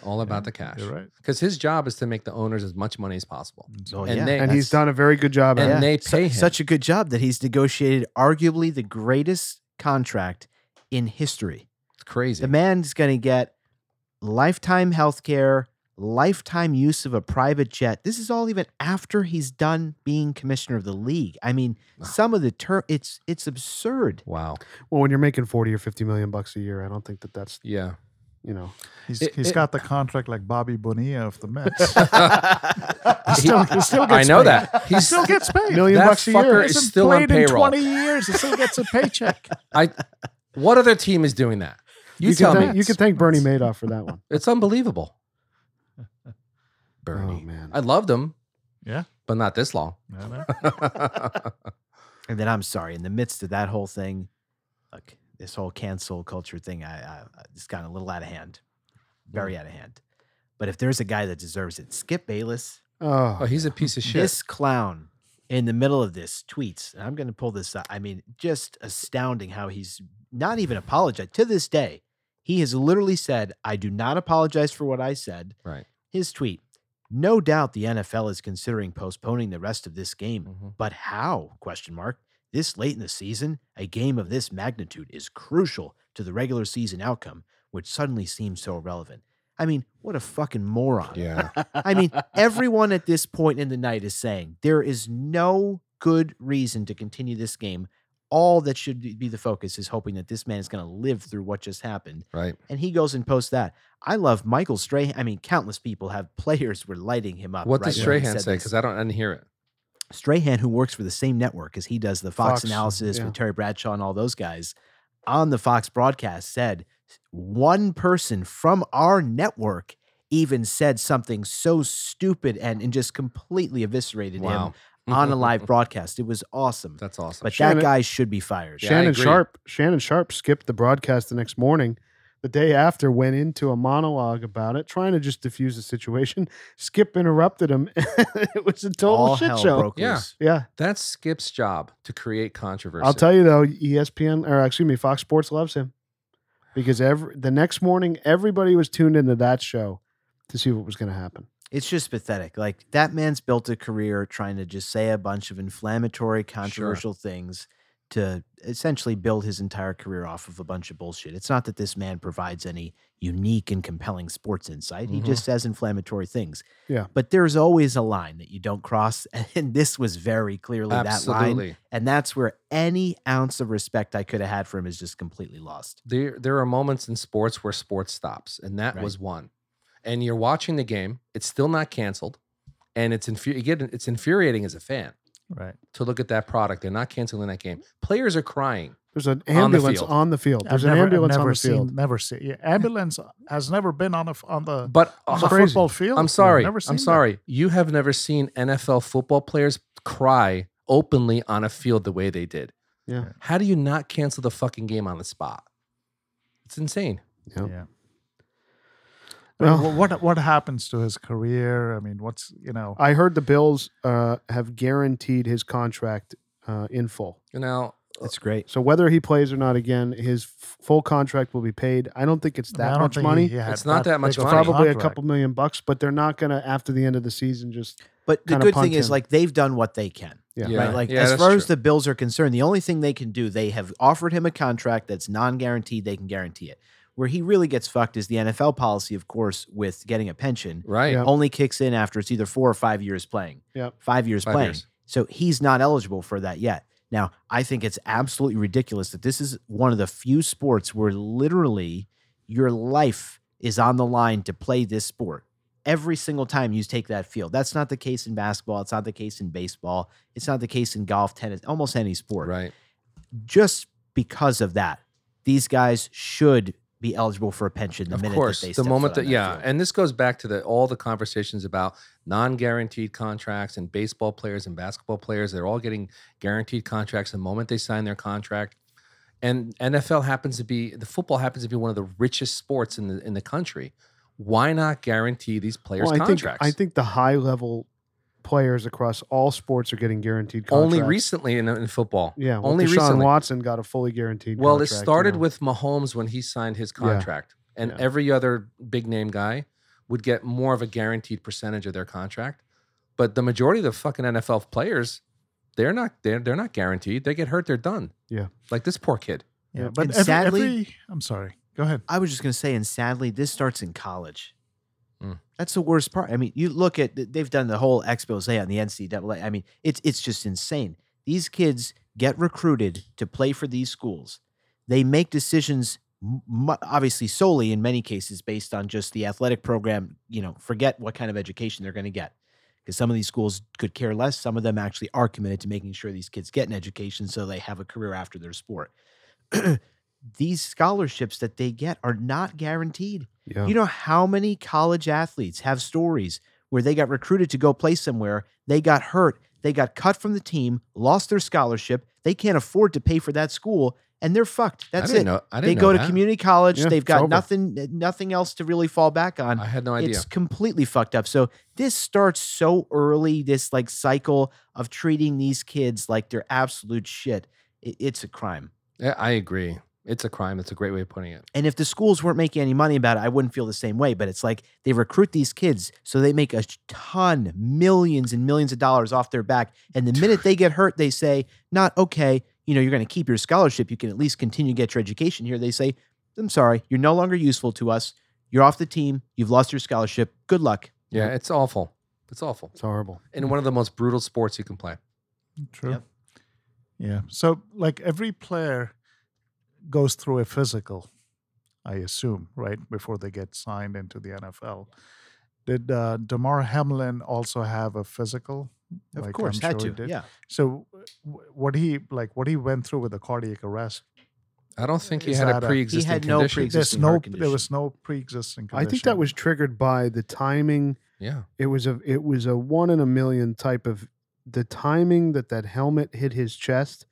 All about Yeah, the cash. You're right. Because his job is to make the owners as much money as possible. Oh, And yeah. they- and he's That's- done a very good job at And it. Yeah. they Su- pay him. such a good job that he's negotiated arguably the greatest contract in history. It's crazy. The man's going to get lifetime health care, lifetime use of a private jet. This is all even after he's done being commissioner of the league. I mean, some of the term it's it's absurd. wow. Well, when you're making 40 or 50 million bucks a year, I don't think that that's, Yeah. you know, He's, It- he's it- got the contract like Bobby Bonilla of the Mets. He- still- he still I gets know paid. that. he He's still gets paid. million That bucks a fucker year. is Hasn't still on played payroll. in 20 years. He still gets a paycheck. I. What other team is doing that? You, can tell me. thank, you can thank Bernie Madoff for that one. It's unbelievable. oh Bernie. man. I loved him. Yeah. But not this long. Oh, No, no. And then I'm sorry, in the midst of that whole thing, look, this whole cancel culture thing, I, I I- it's gotten a little out of hand, very out of hand. But if there's a guy that deserves it, Skip Bayless, oh, oh, he's a piece of shit. this clown, in the middle of this tweets, and I'm going to pull this up. I mean, just astounding how he's not even apologized to this day. He has literally said, "I do not apologize for what I said." Right. His tweet. No doubt the NFL is considering postponing the rest of this game. Mhm. But how? Question mark. This late in the season, a game of this magnitude is crucial to the regular season outcome, which suddenly seems so irrelevant. I mean, what a fucking moron. Yeah. I mean, everyone at this point in the night is saying there is no good reason to continue this game. All that should be the focus is hoping that this man is going to live through what just happened Right. and he goes and posts that. I love Michael Strahan. I mean, countless people have players were lighting him up. What right does when he Strahan said say? this. Because I don't I didn't hear it. Strahan, who works for the same network as he does the Fox, Fox, analysis yeah. with Terry Bradshaw and all those guys, on the Fox broadcast said one person from our network even said something so stupid and, and just completely eviscerated him Wow. on a live broadcast. It was awesome. That's awesome. but Shannon- that guy should be fired. Yeah, I Shannon agree. Sharp. Shannon Sharp skipped the broadcast the next morning. The day after, went into a monologue about it, trying to just diffuse the situation. Skip interrupted him. it was a total All shit hell show. broke Yeah. loose. Yeah, That's Skip's job to create controversy. I'll tell you though, E ESPN or excuse me, Fox Sports loves him because every the next morning everybody was tuned into that show to see what was going to happen. It's just pathetic. Like that man's built a career trying to just say a bunch of inflammatory, controversial things to essentially build his entire career off of a bunch of bullshit. It's not that this man provides any unique and compelling sports insight. He Mhm. just says inflammatory things. Yeah. But there's always a line that you don't cross. And this was very clearly that line. Absolutely. And that's where any ounce of respect I could have had for him is just completely lost. there there are moments in sports where sports stops, and that Right. was one. And you're watching the game; it's still not canceled, and it's infu- you get it's infuriating as a fan Right. to look at that product. They're not canceling that game. Players are crying. There's an the ambulance field. on the field. There's I've an never- I've ambulance never on the seen, field. Never seen. Yeah, ambulance has never been on a f- on the, But on the crazy. football field. uh, I'm sorry, Never seen I'm that. sorry. You have never seen NFL football players cry openly on a field the way they did. Yeah. How do you not cancel the fucking game on the spot? It's insane. Yep. Yeah. Well- Well, what what happens to his career? I mean, what's you know? I heard the Bills uh, have guaranteed his contract uh, in full. Now, That's great. So whether he plays or not again, his f- full contract will be paid. I don't think it's I that don't much think money. he had It's not that much big of a money. Probably a contract. couple million bucks, but they're not going to after the end of the season just But the Kinda good punt thing is him. like they've done what they can. yeah. right? Like Yeah, as that's far true. as the Bills are concerned, the only thing they can do, they have offered him a contract that's non-guaranteed. They can guarantee it. Where he really gets fucked is the NFL policy, of course, with getting a pension right? Yeah. only kicks in after it's either four or five years playing. Yep. Five years Five playing. years. So he's not eligible for that yet. Now, I think it's absolutely ridiculous that this is one of the few sports where literally your life is on the line to play this sport. Every single time you take that field. That's not the case in basketball. It's not the case in baseball. It's not the case in golf, tennis, almost any sport Right. just because of that, these guys should be eligible for a pension the of minute course, that they the step moment foot on that yeah, field. and this goes back to the all the conversations about non-guaranteed contracts and baseball players and basketball players. They're all getting guaranteed contracts the moment they sign their contract. And NFL happens to be the football happens to be one of the richest sports in the in the country. Why not guarantee these players Well, I think contracts? I think the high level players across all sports are getting guaranteed contracts. only recently in, in football. Yeah, well, only Deshaun recently. Watson got a fully guaranteed. Well, contract, it you started know. with Mahomes when he signed his Yeah. contract, and Yeah. every other big name guy would get more of a guaranteed percentage of their contract. But the majority of the fucking NFL players, they're not they're they're not guaranteed. They get hurt, they're done. Yeah. like this poor kid. Yeah, And but every, sadly- every- I'm sorry. Go ahead. I was just going to say, and sadly, this starts in college. Mm. That's the worst part. I mean, you look at they've done the whole expose on the NCAA. I mean, it's it's just insane. These kids get recruited to play for these schools. They make decisions, m- mu- obviously solely in many cases based on just the athletic program. You know, forget what kind of education they're going to get, because some of these schools could care less. Some of them actually are committed to making sure these kids get an education so they have a career after their sport. these scholarships that they get are not guaranteed. Yeah. You know how many college athletes have stories where they got recruited to go play somewhere, they got hurt, they got cut from the team, lost their scholarship, they can't afford to pay for that school, and they're fucked. That's I didn't it. Know, I They didn't know go to that. community college, Yeah, they've it's got over. nothing nothing else to really fall back on I had no idea. it's completely fucked up. So this starts so early, this like cycle of treating these kids like they're absolute shit. I- it's a crime. Yeah, I agree. It's a crime. It's a great way of putting it. And if the schools weren't making any money about it, I wouldn't feel the same way. But it's like they recruit these kids, so they make a ton, millions and millions of dollars off their back. And the minute they get hurt, they say, not okay, you know, you're going to keep your scholarship. You can at least continue to get your education here. They say, I'm sorry, you're no longer useful to us. You're off the team. You've lost your scholarship. Good luck. Yeah, it's awful. It's awful. it's horrible. In one of the most brutal sports you can play. True. Yep. Yeah. So, like every player goes through a physical, I assume, right before they get signed into the NFL. Did uh, Damar Hamlin also have a physical? Of Like, course, I'm had sure he to. did. Yeah. So, w- what he like what he went through with the cardiac arrest I don't think he Is had that a a- pre-existing He had no condition. pre-existing- There's existing no, heart there was condition. no pre-existing. I Condition. think that was triggered by the timing. yeah. It was a it was a one in a million type of the timing that that helmet hit his chest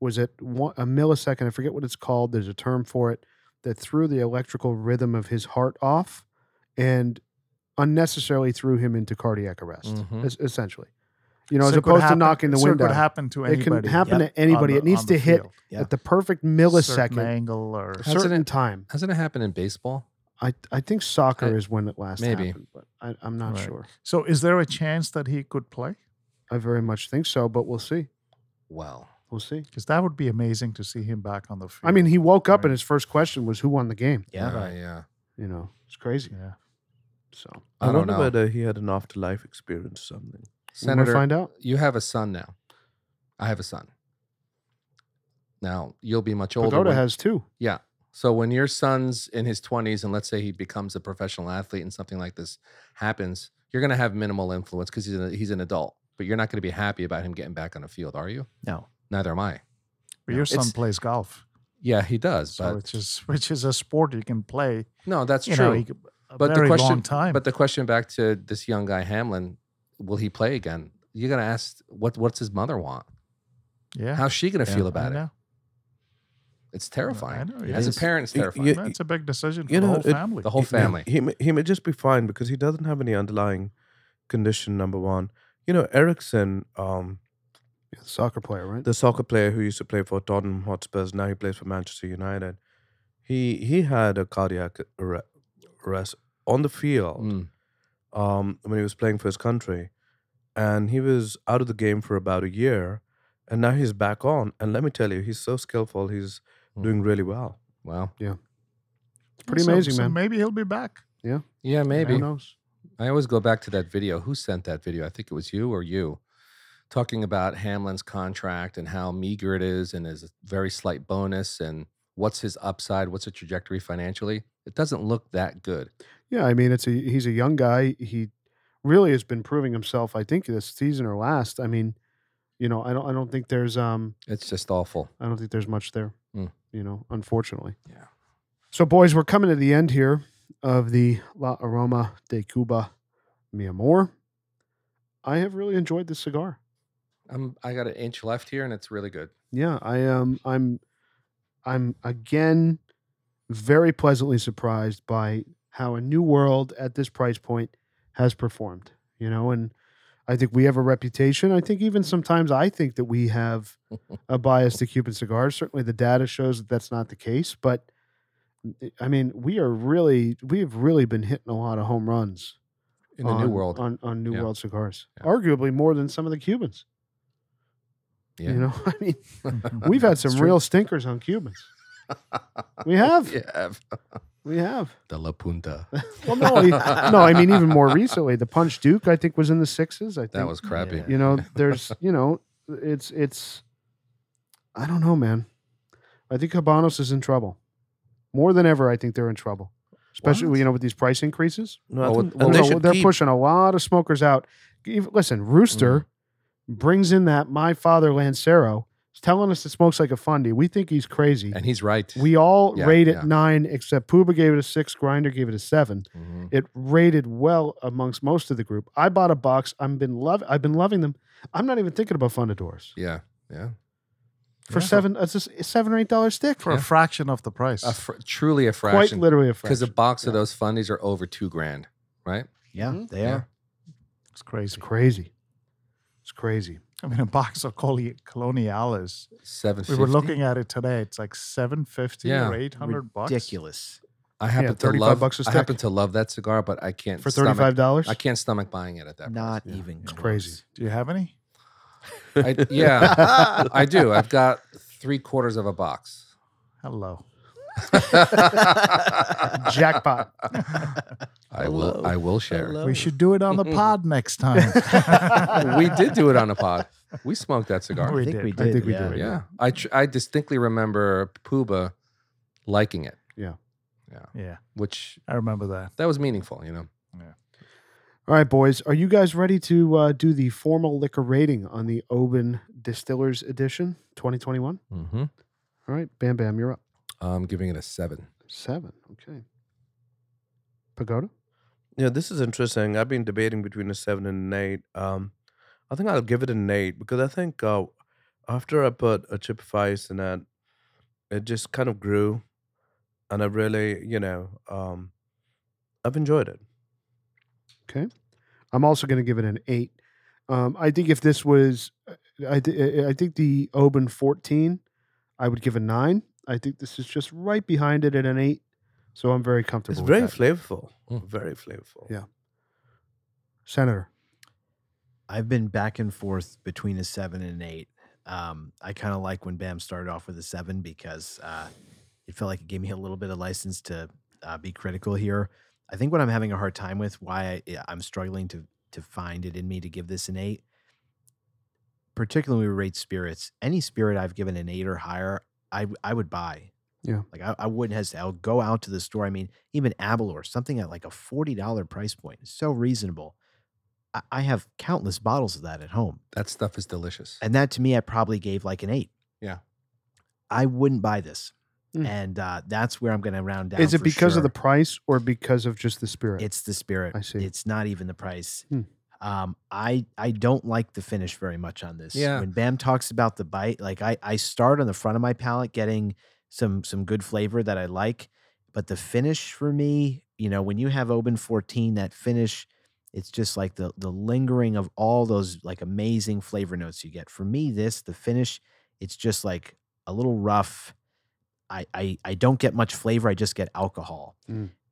was at one, a millisecond. I forget what it's called. There's a term for it that threw the electrical rhythm of his heart off and unnecessarily threw him into cardiac arrest. Mhm. es- essentially, you know, as Mm-hmm. So it could opposed to happen- knocking the so window. It could happen to It anybody. can happen on to anybody. the- it needs on to the hit field. Yeah. at the perfect Certain millisecond, angle or a That's an- certain time. Hasn't it happened in baseball? I, I think soccer I- is when it last maybe. happened, but I, I'm not Right. sure. so. Is there a chance that he could play? I very much think so, but we'll see. Well, We'll see. Because that would be amazing to see him back on the field. I mean, he woke up Right. and his first question was, "Who won the game?" Yeah. uh, yeah. You know, it's crazy. yeah. So I, don't wonder know. whether he had an afterlife experience or something. we'll never Senator, find out. you have a son now. I have a son. Now you'll be much older. Pagoda when- has two. Yeah. So when your son's in his 20s and let's say he becomes a professional athlete and something like this happens, you're going to have minimal influence because he's, an- he's an adult, but you're not going to be happy about him getting back on the field, are you? No. Neither am I. But No, your son it's- plays golf, Yeah, he does. so but which is which is a sport you can play. no, that's you true. know, you could- a But the very question- long time. But the question back to this young guy, Hamlin, will he play again? You're going to ask, what, what's his mother want? yeah, How's she going to Yeah, feel I about it? know. It's terrifying. I know. As a It's, is. parent, it's Y- terrifying. you- it's a big decision for you the know, whole it- family. the whole He- family. He, may- he may just be fine because he doesn't have any underlying condition. Number one, you know, Ericsson, um, Yeah, soccer player, right? the soccer player who used to play for Tottenham Hotspurs, now he plays for Manchester United. He he had a cardiac arre- arrest on the field Mm. um, when he was playing for his country, and he was out of the game for about a year, and now he's back on. And let me tell you, he's so skillful. He's Mm. doing really well. Wow. It's pretty amazing, man. maybe he'll be back. Yeah, maybe. Who knows? I always go back to that video. Who sent that video? I think it was you or you talking about Hamlin's contract and how meager it is and is a very slight bonus and what's his upside, what's the trajectory financially. It doesn't look that good. Yeah, I mean, it's a he's a young guy. He really has been proving himself. I think this season or last. I mean, you know, I don't I don't think there's um It's just awful. I don't think there's much there. Mm. You know, unfortunately. Yeah. So, boys, we're coming to the end here of the La Aroma de Cuba, mi amor. I have really enjoyed this cigar. I'm I got an inch left here and it's really good. Yeah, I am. I'm, I'm again very pleasantly surprised by how a new world at this price point has performed. You know, and I think we have a reputation. I think even sometimes I think that we have a bias to Cuban cigars. Certainly, the data shows that that's not the case. But eh, I mean, we are really, we have really been hitting a lot of home runs In the new on- world. on on new Yeah. world cigars, Yeah. arguably more than some of the Cubans. yeah. You know, I mean. We've had some real stinkers on Cubans. We have. yeah. We have. The La Punta. Well, no, I, no. I mean, even more recently, the Punch Duke, I think, was in the sixes. I think That was crappy. Yeah. You know, there's, you know, it's, it's. I don't know, man. I think Habanos is in trouble, more than ever. I think they're in trouble, especially What? you know with these price increases. No, Well, think, with- well, and I they don't know, should they're keep- pushing a lot of smokers out. Even- Listen, Rooster Mm. brings in that my father Lancero. He's telling us it smokes like a fundy. We think he's crazy. And he's right. We all Yeah, rate it yeah. nine, except Pooba gave it a six, Grinder gave it a seven. Mhm. It rated well amongst most of the group. I bought a box. I've been love. I've been loving them. I'm not even thinking about Fundadors Yeah. Yeah. for Yeah. seven. It's just a seven or eight dollar stick for for a fraction of the price. A fr- truly a quite fraction. literally a Because a fraction. box of Yeah. those fundies are over two grand, right? Yeah, Mm-hmm. Mhm. they Yeah. are. it's It's crazy. crazy. It's crazy. I mean, a box of Coli- Coloniales. Seven. We were looking at it today. It's like seven fifty Yeah, or eight hundred bucks. Ridiculous. I happen to 35 love. bucks a I stick. happen to love that cigar, but I can't For stomach- thirty five dollars. I can't stomach buying it at that. Not Yeah, even it's crazy. Do you have any? price. I, yeah, I do. I've got three quarters of a box. Hello. Jackpot. I will. I will share. We should do it on the pod next time. Oh. We did do it on a pod. We smoked that cigar. We I think did. we I did. think we yeah. did. yeah, I tr- I distinctly remember Pooba liking it, Yeah, which I remember that. that was meaningful. You know, All right, boys. Are you guys ready to uh, do the formal liquor rating on the Oban Distillers Edition 2021? mm-hmm. All right, Bam Bam, you're up. I'm Um, giving it a seven. Seven. Okay. Pagoda? Yeah, this is interesting. I've been debating between a seven and an eight. Um, I think I'll give it an eight because I think uh, after I put a chip of ice in it, it just kind of grew, and I really, you know, um, I've enjoyed it. I'm also going to give it an eight. Um, I think if this was, I, th- I think the Oban 14, I would give a nine. I think this is just right behind it at an eight. So I'm very comfortable. It's with very that. flavorful. Mm. Very flavorful. Yeah. Senator. I've been back and forth between a seven and an eight. Um, I kind of like when Bam started off with a seven because uh, it felt like it gave me a little bit of license to uh, be critical here. I think what I'm having a hard time with, why I, I'm struggling to to find it in me to give this an eight, particularly when we rate spirits. Any spirit I've given an eight or higher, I w- I would buy. Yeah. like I, I wouldn't hesitate. I'll go out to the store. I mean, even Abalor, something at like a forty dollar price point, is so reasonable. I, I have countless bottles of that at home. That stuff is delicious. And that to me, I probably gave like an eight. Yeah. I wouldn't buy this. Mm. And uh, that's where I'm going to round down. Is it for because of the sure. price or because of just the spirit? It's the spirit. I see. It's not even the price. Hmm. Um, I I don't like the finish very much on this. Yeah. When Bam talks about the bite, like I I start on the front of my palate getting some some good flavor that I like, but the finish for me, you know, when you have Oban 14, that finish, it's just like the the lingering of all those like amazing flavor notes you get. For me, this the finish, it's just like a little rough. I I, I don't get much flavor. I just get alcohol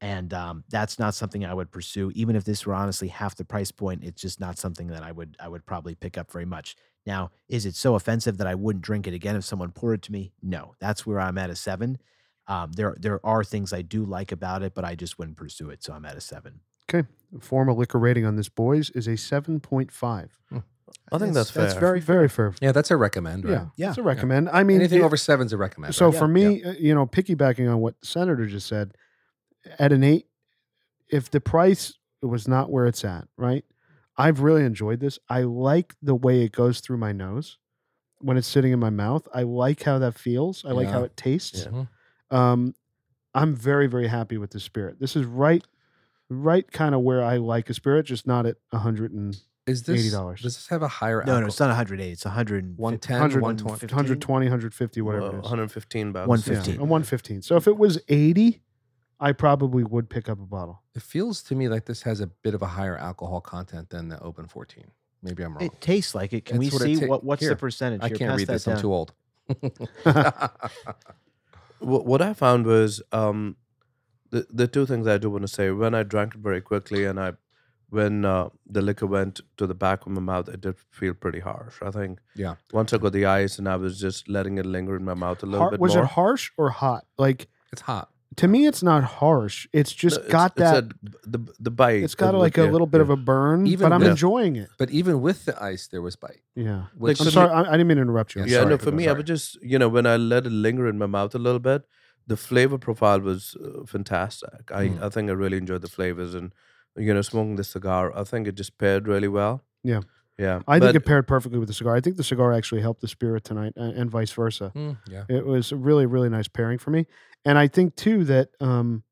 and um, that's not something I would pursue. Even if this were honestly half the price point, it's just not something that I would I would probably pick up very much. Now, is it so offensive that I wouldn't drink it again if someone poured it to me? No, that's where I'm at a seven. Um, there there are things I do like about it, but I just wouldn't pursue it, so I'm at a seven. Formal liquor rating on this, boys, is a 7.5. I think that's, fair. That's very, very fair. Yeah, that's a recommend, right? Yeah. Yeah. It's a recommend. I mean, Anything it- over seven's a recommend. So right? for Yeah. me, uh, you know, piggybacking on what the senator just said, at an eight, if the price was not where it's at, right? I've really enjoyed this. I like the way it goes through my nose when it's sitting in my mouth. I like how that feels. I like how Yeah. it tastes. Mm-hmm. Mhm. Um, I'm very, very happy with the spirit. This is right, right, kind of where I like a spirit, just not at 100 and Is this $80. Does this have a higher? No, no, it's not 108. It's 100. 110, 100, 120. 120, 150, whatever Well, it is. 115 bucks. 115. Yeah, a 115. So if it was 80, I probably would pick up a bottle. It feels to me like this has a bit of a higher alcohol content than the Open 14. Maybe I'm wrong. It tastes like it. Can That's we what it see ta- what what's Here. the percentage? I here? can't Pass read that this. I'm down. too old. What, what I found was um, the the two things I do want to say. When I drank it very quickly, and I when uh, the liquor went to the back of my mouth, it did feel pretty harsh. I think. Yeah. Once I got the ice, and I was just letting it linger in my mouth a little Har- bit was more. it harsh or hot? Like it's hot. to me, it's not harsh. It's just No, it's- got it's that. a- the the bite. it's got is like what- a yeah, little bit of yeah. a burn, Even but I'm with- enjoying it. But even with the ice, there was bite. Yeah. Which I'm sorry. I, I didn't mean to interrupt you. I'm Yeah, Yeah, sorry. no, for me, I sorry. would just, you know, when I let it linger in my mouth a little bit, the flavor profile was uh, fantastic. I, Mm. I think I really enjoyed the flavors and, you know, smoking the cigar, I think it just paired really well. Yeah. Yeah. I think but it paired perfectly with the cigar. I think the cigar actually helped the spirit tonight, and, and vice versa. Mm, yeah. It was a really, really nice pairing for me. And I think too that um,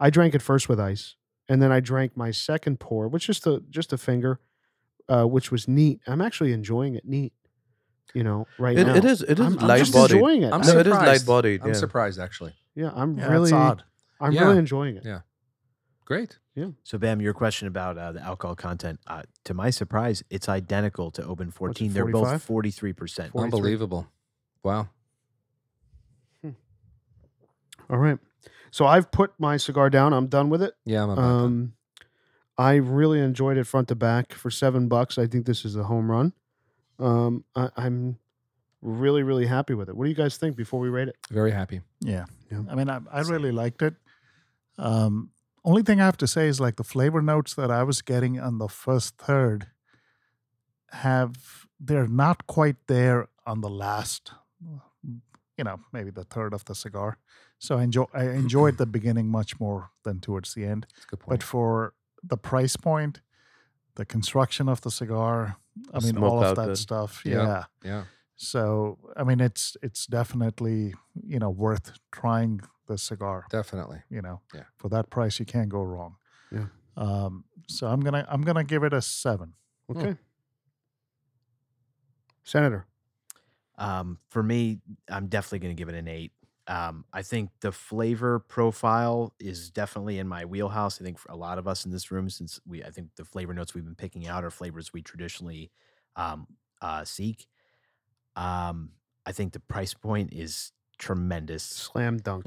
I drank it first with ice, and then I drank my second pour, which just a just a finger, uh, which was neat. I'm actually enjoying it neat. You know, right it, now it is, it is I'm, I'm light just bodied. enjoying it. I'm I- No, it is surprised. light bodied. I'm yeah. surprised, actually. yeah, I'm Yeah, really, it's odd. I'm Yeah. really enjoying it. Yeah. Great. So, Bam, your question about uh, the alcohol content, uh, to my surprise, it's identical to Oban 14. They're 45? both 43%. 43. Unbelievable. Wow. All right, so I've put my cigar down. I'm done with it. Yeah, I'm about Uh, done. Um, I really enjoyed it front to back for seven bucks. I think this is a home run. Um, I, I'm really, really happy with it. What do you guys think before we rate it? very happy. Yeah. Yeah. I mean, I, I really liked it. Um, only thing I have to say is like the flavor notes that I was getting on the first third have, they're not quite there on the last, you know, maybe the third of the cigar. So I, enjoy, I enjoyed the beginning much more than towards the end. That's a good point. But for the price point, the construction of the cigar, I The mean, smoke all of that output. stuff. Yeah. yeah. yeah. So I mean, it's it's definitely you know worth trying the cigar. Definitely. You know, Yeah. for that price, you can't go wrong. Yeah. Um, so I'm gonna I'm gonna give it a seven. Okay. Senator. Um, for me, I'm definitely going to give it an eight. Um, I think the flavor profile is definitely in my wheelhouse. I think for a lot of us in this room, since we, I think the flavor notes we've been picking out are flavors we traditionally um, uh, seek. Um, I think the price point is tremendous Slam dunk.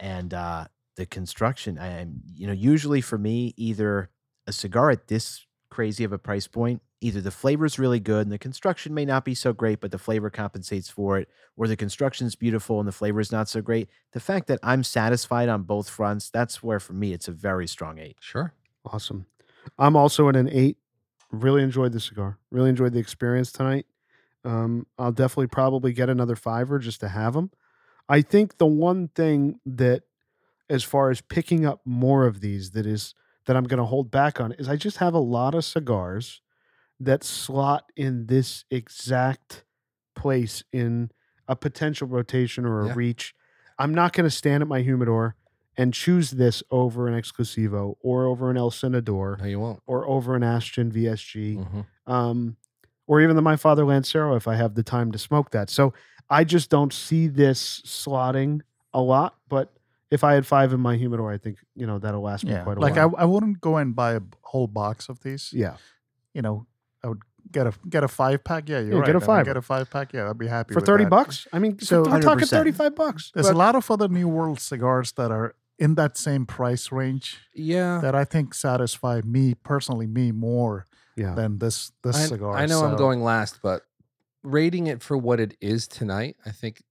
and uh, the construction. I am, you know, usually for me, either a cigar at this crazy of a price point, either the flavor's really good and the construction may not be so great, but the flavor compensates for it, or the construction's beautiful and the flavor's not so great. The fact that I'm satisfied on both fronts, that's where for me it's a very strong eight. sure. Awesome. I'm also at an eight. Really enjoyed the cigar. Really enjoyed the experience tonight. Um, I'll definitely probably get another fiver just to have them. I think the one thing that, as far as picking up more of these, that is that I'm going to hold back on is I just have a lot of cigars that slot in this exact place in a potential rotation or a Yeah. reach. I'm not going to stand at my humidor and choose this over an Exclusivo or over an El Senador No, you won't. or over an Ashton VSG, Mhm. um, or even the My Father Lancero if I have the time to smoke that. So I just don't see this slotting a lot. But if I had five in my humidor, I think you know that'll last me Yeah, quite a like I, while. I wouldn't go and buy a b- whole box of these. yeah, You know, I would get a get a five pack. Yeah, you're Yeah, right. get a I would five. Get a five pack. Yeah, I'd be happy for with thirty that. bucks. I mean, so So- we're talking 100%. thirty-five bucks. There's but- a lot of other New World cigars that are in that same price range Yeah. that I think satisfy me personally, me more Yeah, than this this I, cigar. I know I'm So, going last, but rating it for what it is tonight, I think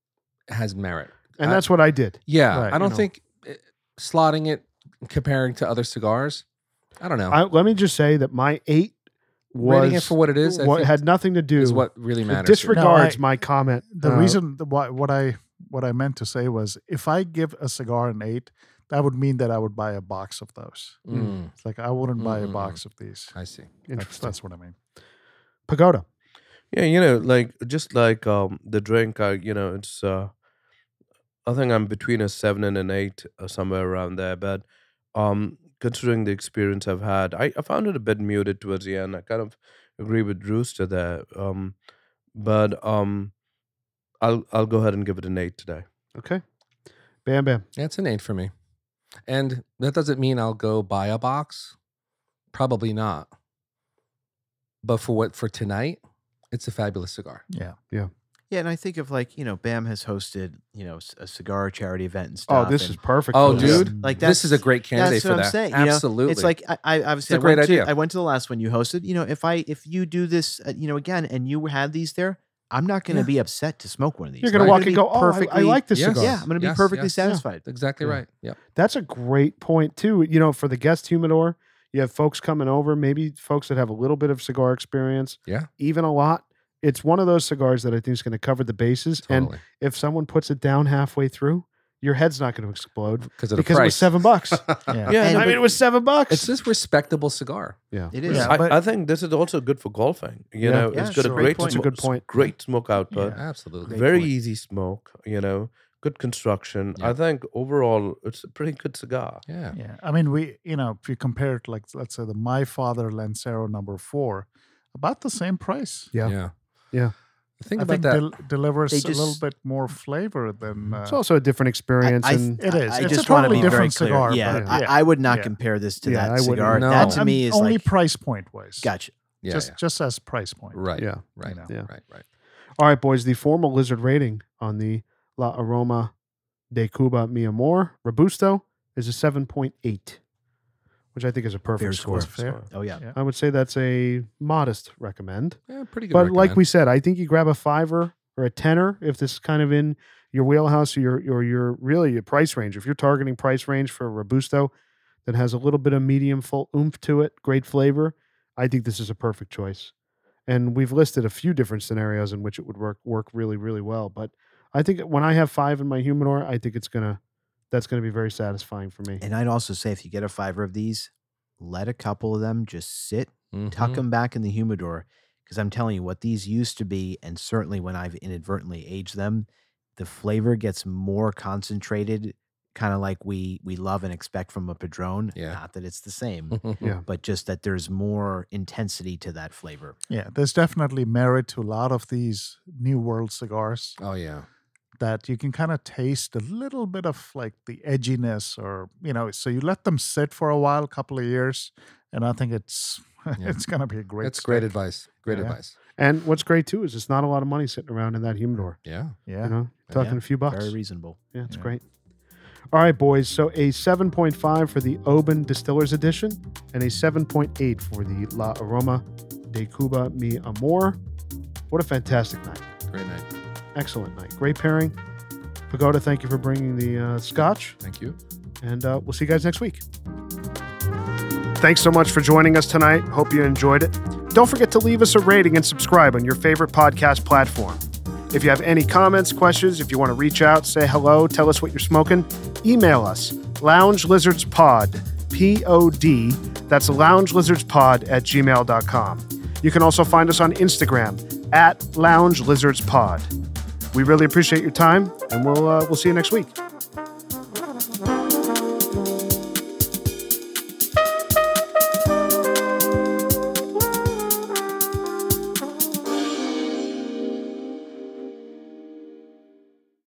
has merit. and I- that's what I did. Yeah, Right, I you don't know. think uh, slotting it comparing to other cigars. I don't know. I, let me just say that my eight was rating it for what it is. I what think had nothing to do. is what really it matters. here. disregards No, I- my comment. The uh, reason the, why what I what I meant to say was if I give a cigar an eight, that would mean that I would buy a box of those. Mm, It's like I wouldn't buy a Mm. box of these. I see. That's, interesting. that's what I mean. Pagoda. Yeah, you know, like just like um the drink, I you know, it's uh I think I'm between a seven and an eight or somewhere around there, but um considering the experience I've had, I, I found it a bit muted towards the end. I kind of agree with Rooster there. Um but um I'll I'll go ahead and give it an eight today. Okay, bam, bam. That's an eight for me, and that doesn't mean I'll go buy a box. Probably not. But for what for tonight, it's a fabulous cigar. Yeah. Yeah, and I think of like, you know, BAM has hosted, you know, s- a cigar charity event and Oh, stuff. this and is perfect. Oh, for this. dude, Like that's this is a great candidate that's for what I'm that. saying, you know, Absolutely, It's like I, I obviously a I went great to- idea. I went to the last one you hosted. You know, if I if you do this, uh, you know, again, and you had these there, I'm not going to Yeah. be upset to smoke one of these. You're gonna I'm walk gonna and be go, oh, I, I like this Yes. cigar. Yeah, I'm going to be Yes, perfectly yes, yeah. satisfied. exactly Yeah. right. Yep. That's a great point too. You know, for the guest humidor, you have folks coming over, maybe folks that have a little bit of cigar experience. Yeah. Even a lot. It's one of those cigars that I think is going to cover the bases. And Totally. if someone puts it down halfway through, your head's not going to explode Because of the because it was price. seven bucks. Yeah. Yeah, And- no, I mean, it was seven bucks. It's this respectable cigar. It is. Yeah, I, but- I think this is also good for golfing. Yeah. You know, Yeah, it's got sure. a great, Point. That's a smo- good s- point. great smoke output. Yeah. Absolutely. very e- Point. easy smoke, you know, good construction. Yeah. I think overall it's a pretty good cigar. Yeah. Yeah. I mean, we, you know, if you compare it, like, let's say the My Father Lancero number four, about the same price. Yeah. Yeah. Yeah. The thing I about think that. del- delivers They a little just- bit bit more flavor than. Uh, it's also a different experience. I, I, and It is. I, I It's a just want to totally be very different clear. cigar, Yeah, but- I, Yeah. I would not Yeah. compare this to Yeah, I that wouldn't. cigar. No. That I'm to me is only like price point wise. gotcha. yeah, just yeah. just as price point. Right. yeah. Right. know. Yeah. Yeah. Right. Right. All right, boys. The formal lizard rating on the La Aroma de Cuba Mi Amor Robusto is a 7.8, which I think is a perfect Fair score. score. Fair. Oh yeah. Yeah. I would say that's a modest recommend. Yeah, pretty good. But like recommend. we said, I think you grab a fiver or a tenner if this is kind of in your wheelhouse or your, your, your really your price range. If you're targeting price range for a Robusto that has a little bit of medium full oomph to it, great flavor, I think this is a perfect choice. And we've listed a few different scenarios in which it would work work really, really well. But I think when I have five in my humidor, I think it's gonna that's gonna be very satisfying for me. And I'd also say if you get a fiver of these, let a couple of them just sit tuck Mhm. them back in the humidor because Because I'm telling you, what these used to be, and certainly when I've inadvertently aged them, the flavor gets more concentrated, kind of like we we love and expect from a Padron. Yeah. Not that it's the same, Mm-hmm. Yeah. but just that there's more intensity to that flavor. Yeah, there's definitely merit to a lot of these New World cigars Oh yeah. that you can kind of taste a little bit of like the edginess or, you know, so you let them sit for a while, a couple of years, and I think it's it's going to be a great That's great stick. advice. Great Yeah. advice. And what's great too is it's not a lot of money sitting around in that humidor. Yeah. Yeah. You know, talking Yeah, a few bucks. Very reasonable. Yeah, it's Yeah. great. All right, boys. So a 7.5 for the Oban Distillers Edition and a 7.8 for the La Aroma de Cuba Mi Amor. What a fantastic night. Great night. Excellent night. Great pairing. Pagoda, thank you for bringing the uh, scotch, Thank you. and uh, we'll see you guys next week. Thanks so much for joining us tonight. Hope you enjoyed it. Don't forget to leave us a rating and subscribe on your favorite podcast platform. If you have any comments, questions, if you want to reach out, say hello, tell us what you're smoking, email us loungelizardspod, P O D, that's loungelizardspod at gmail.com. You can also find us on Instagram at loungelizardspod. We really appreciate your time, and we'll, uh, we'll see you next week.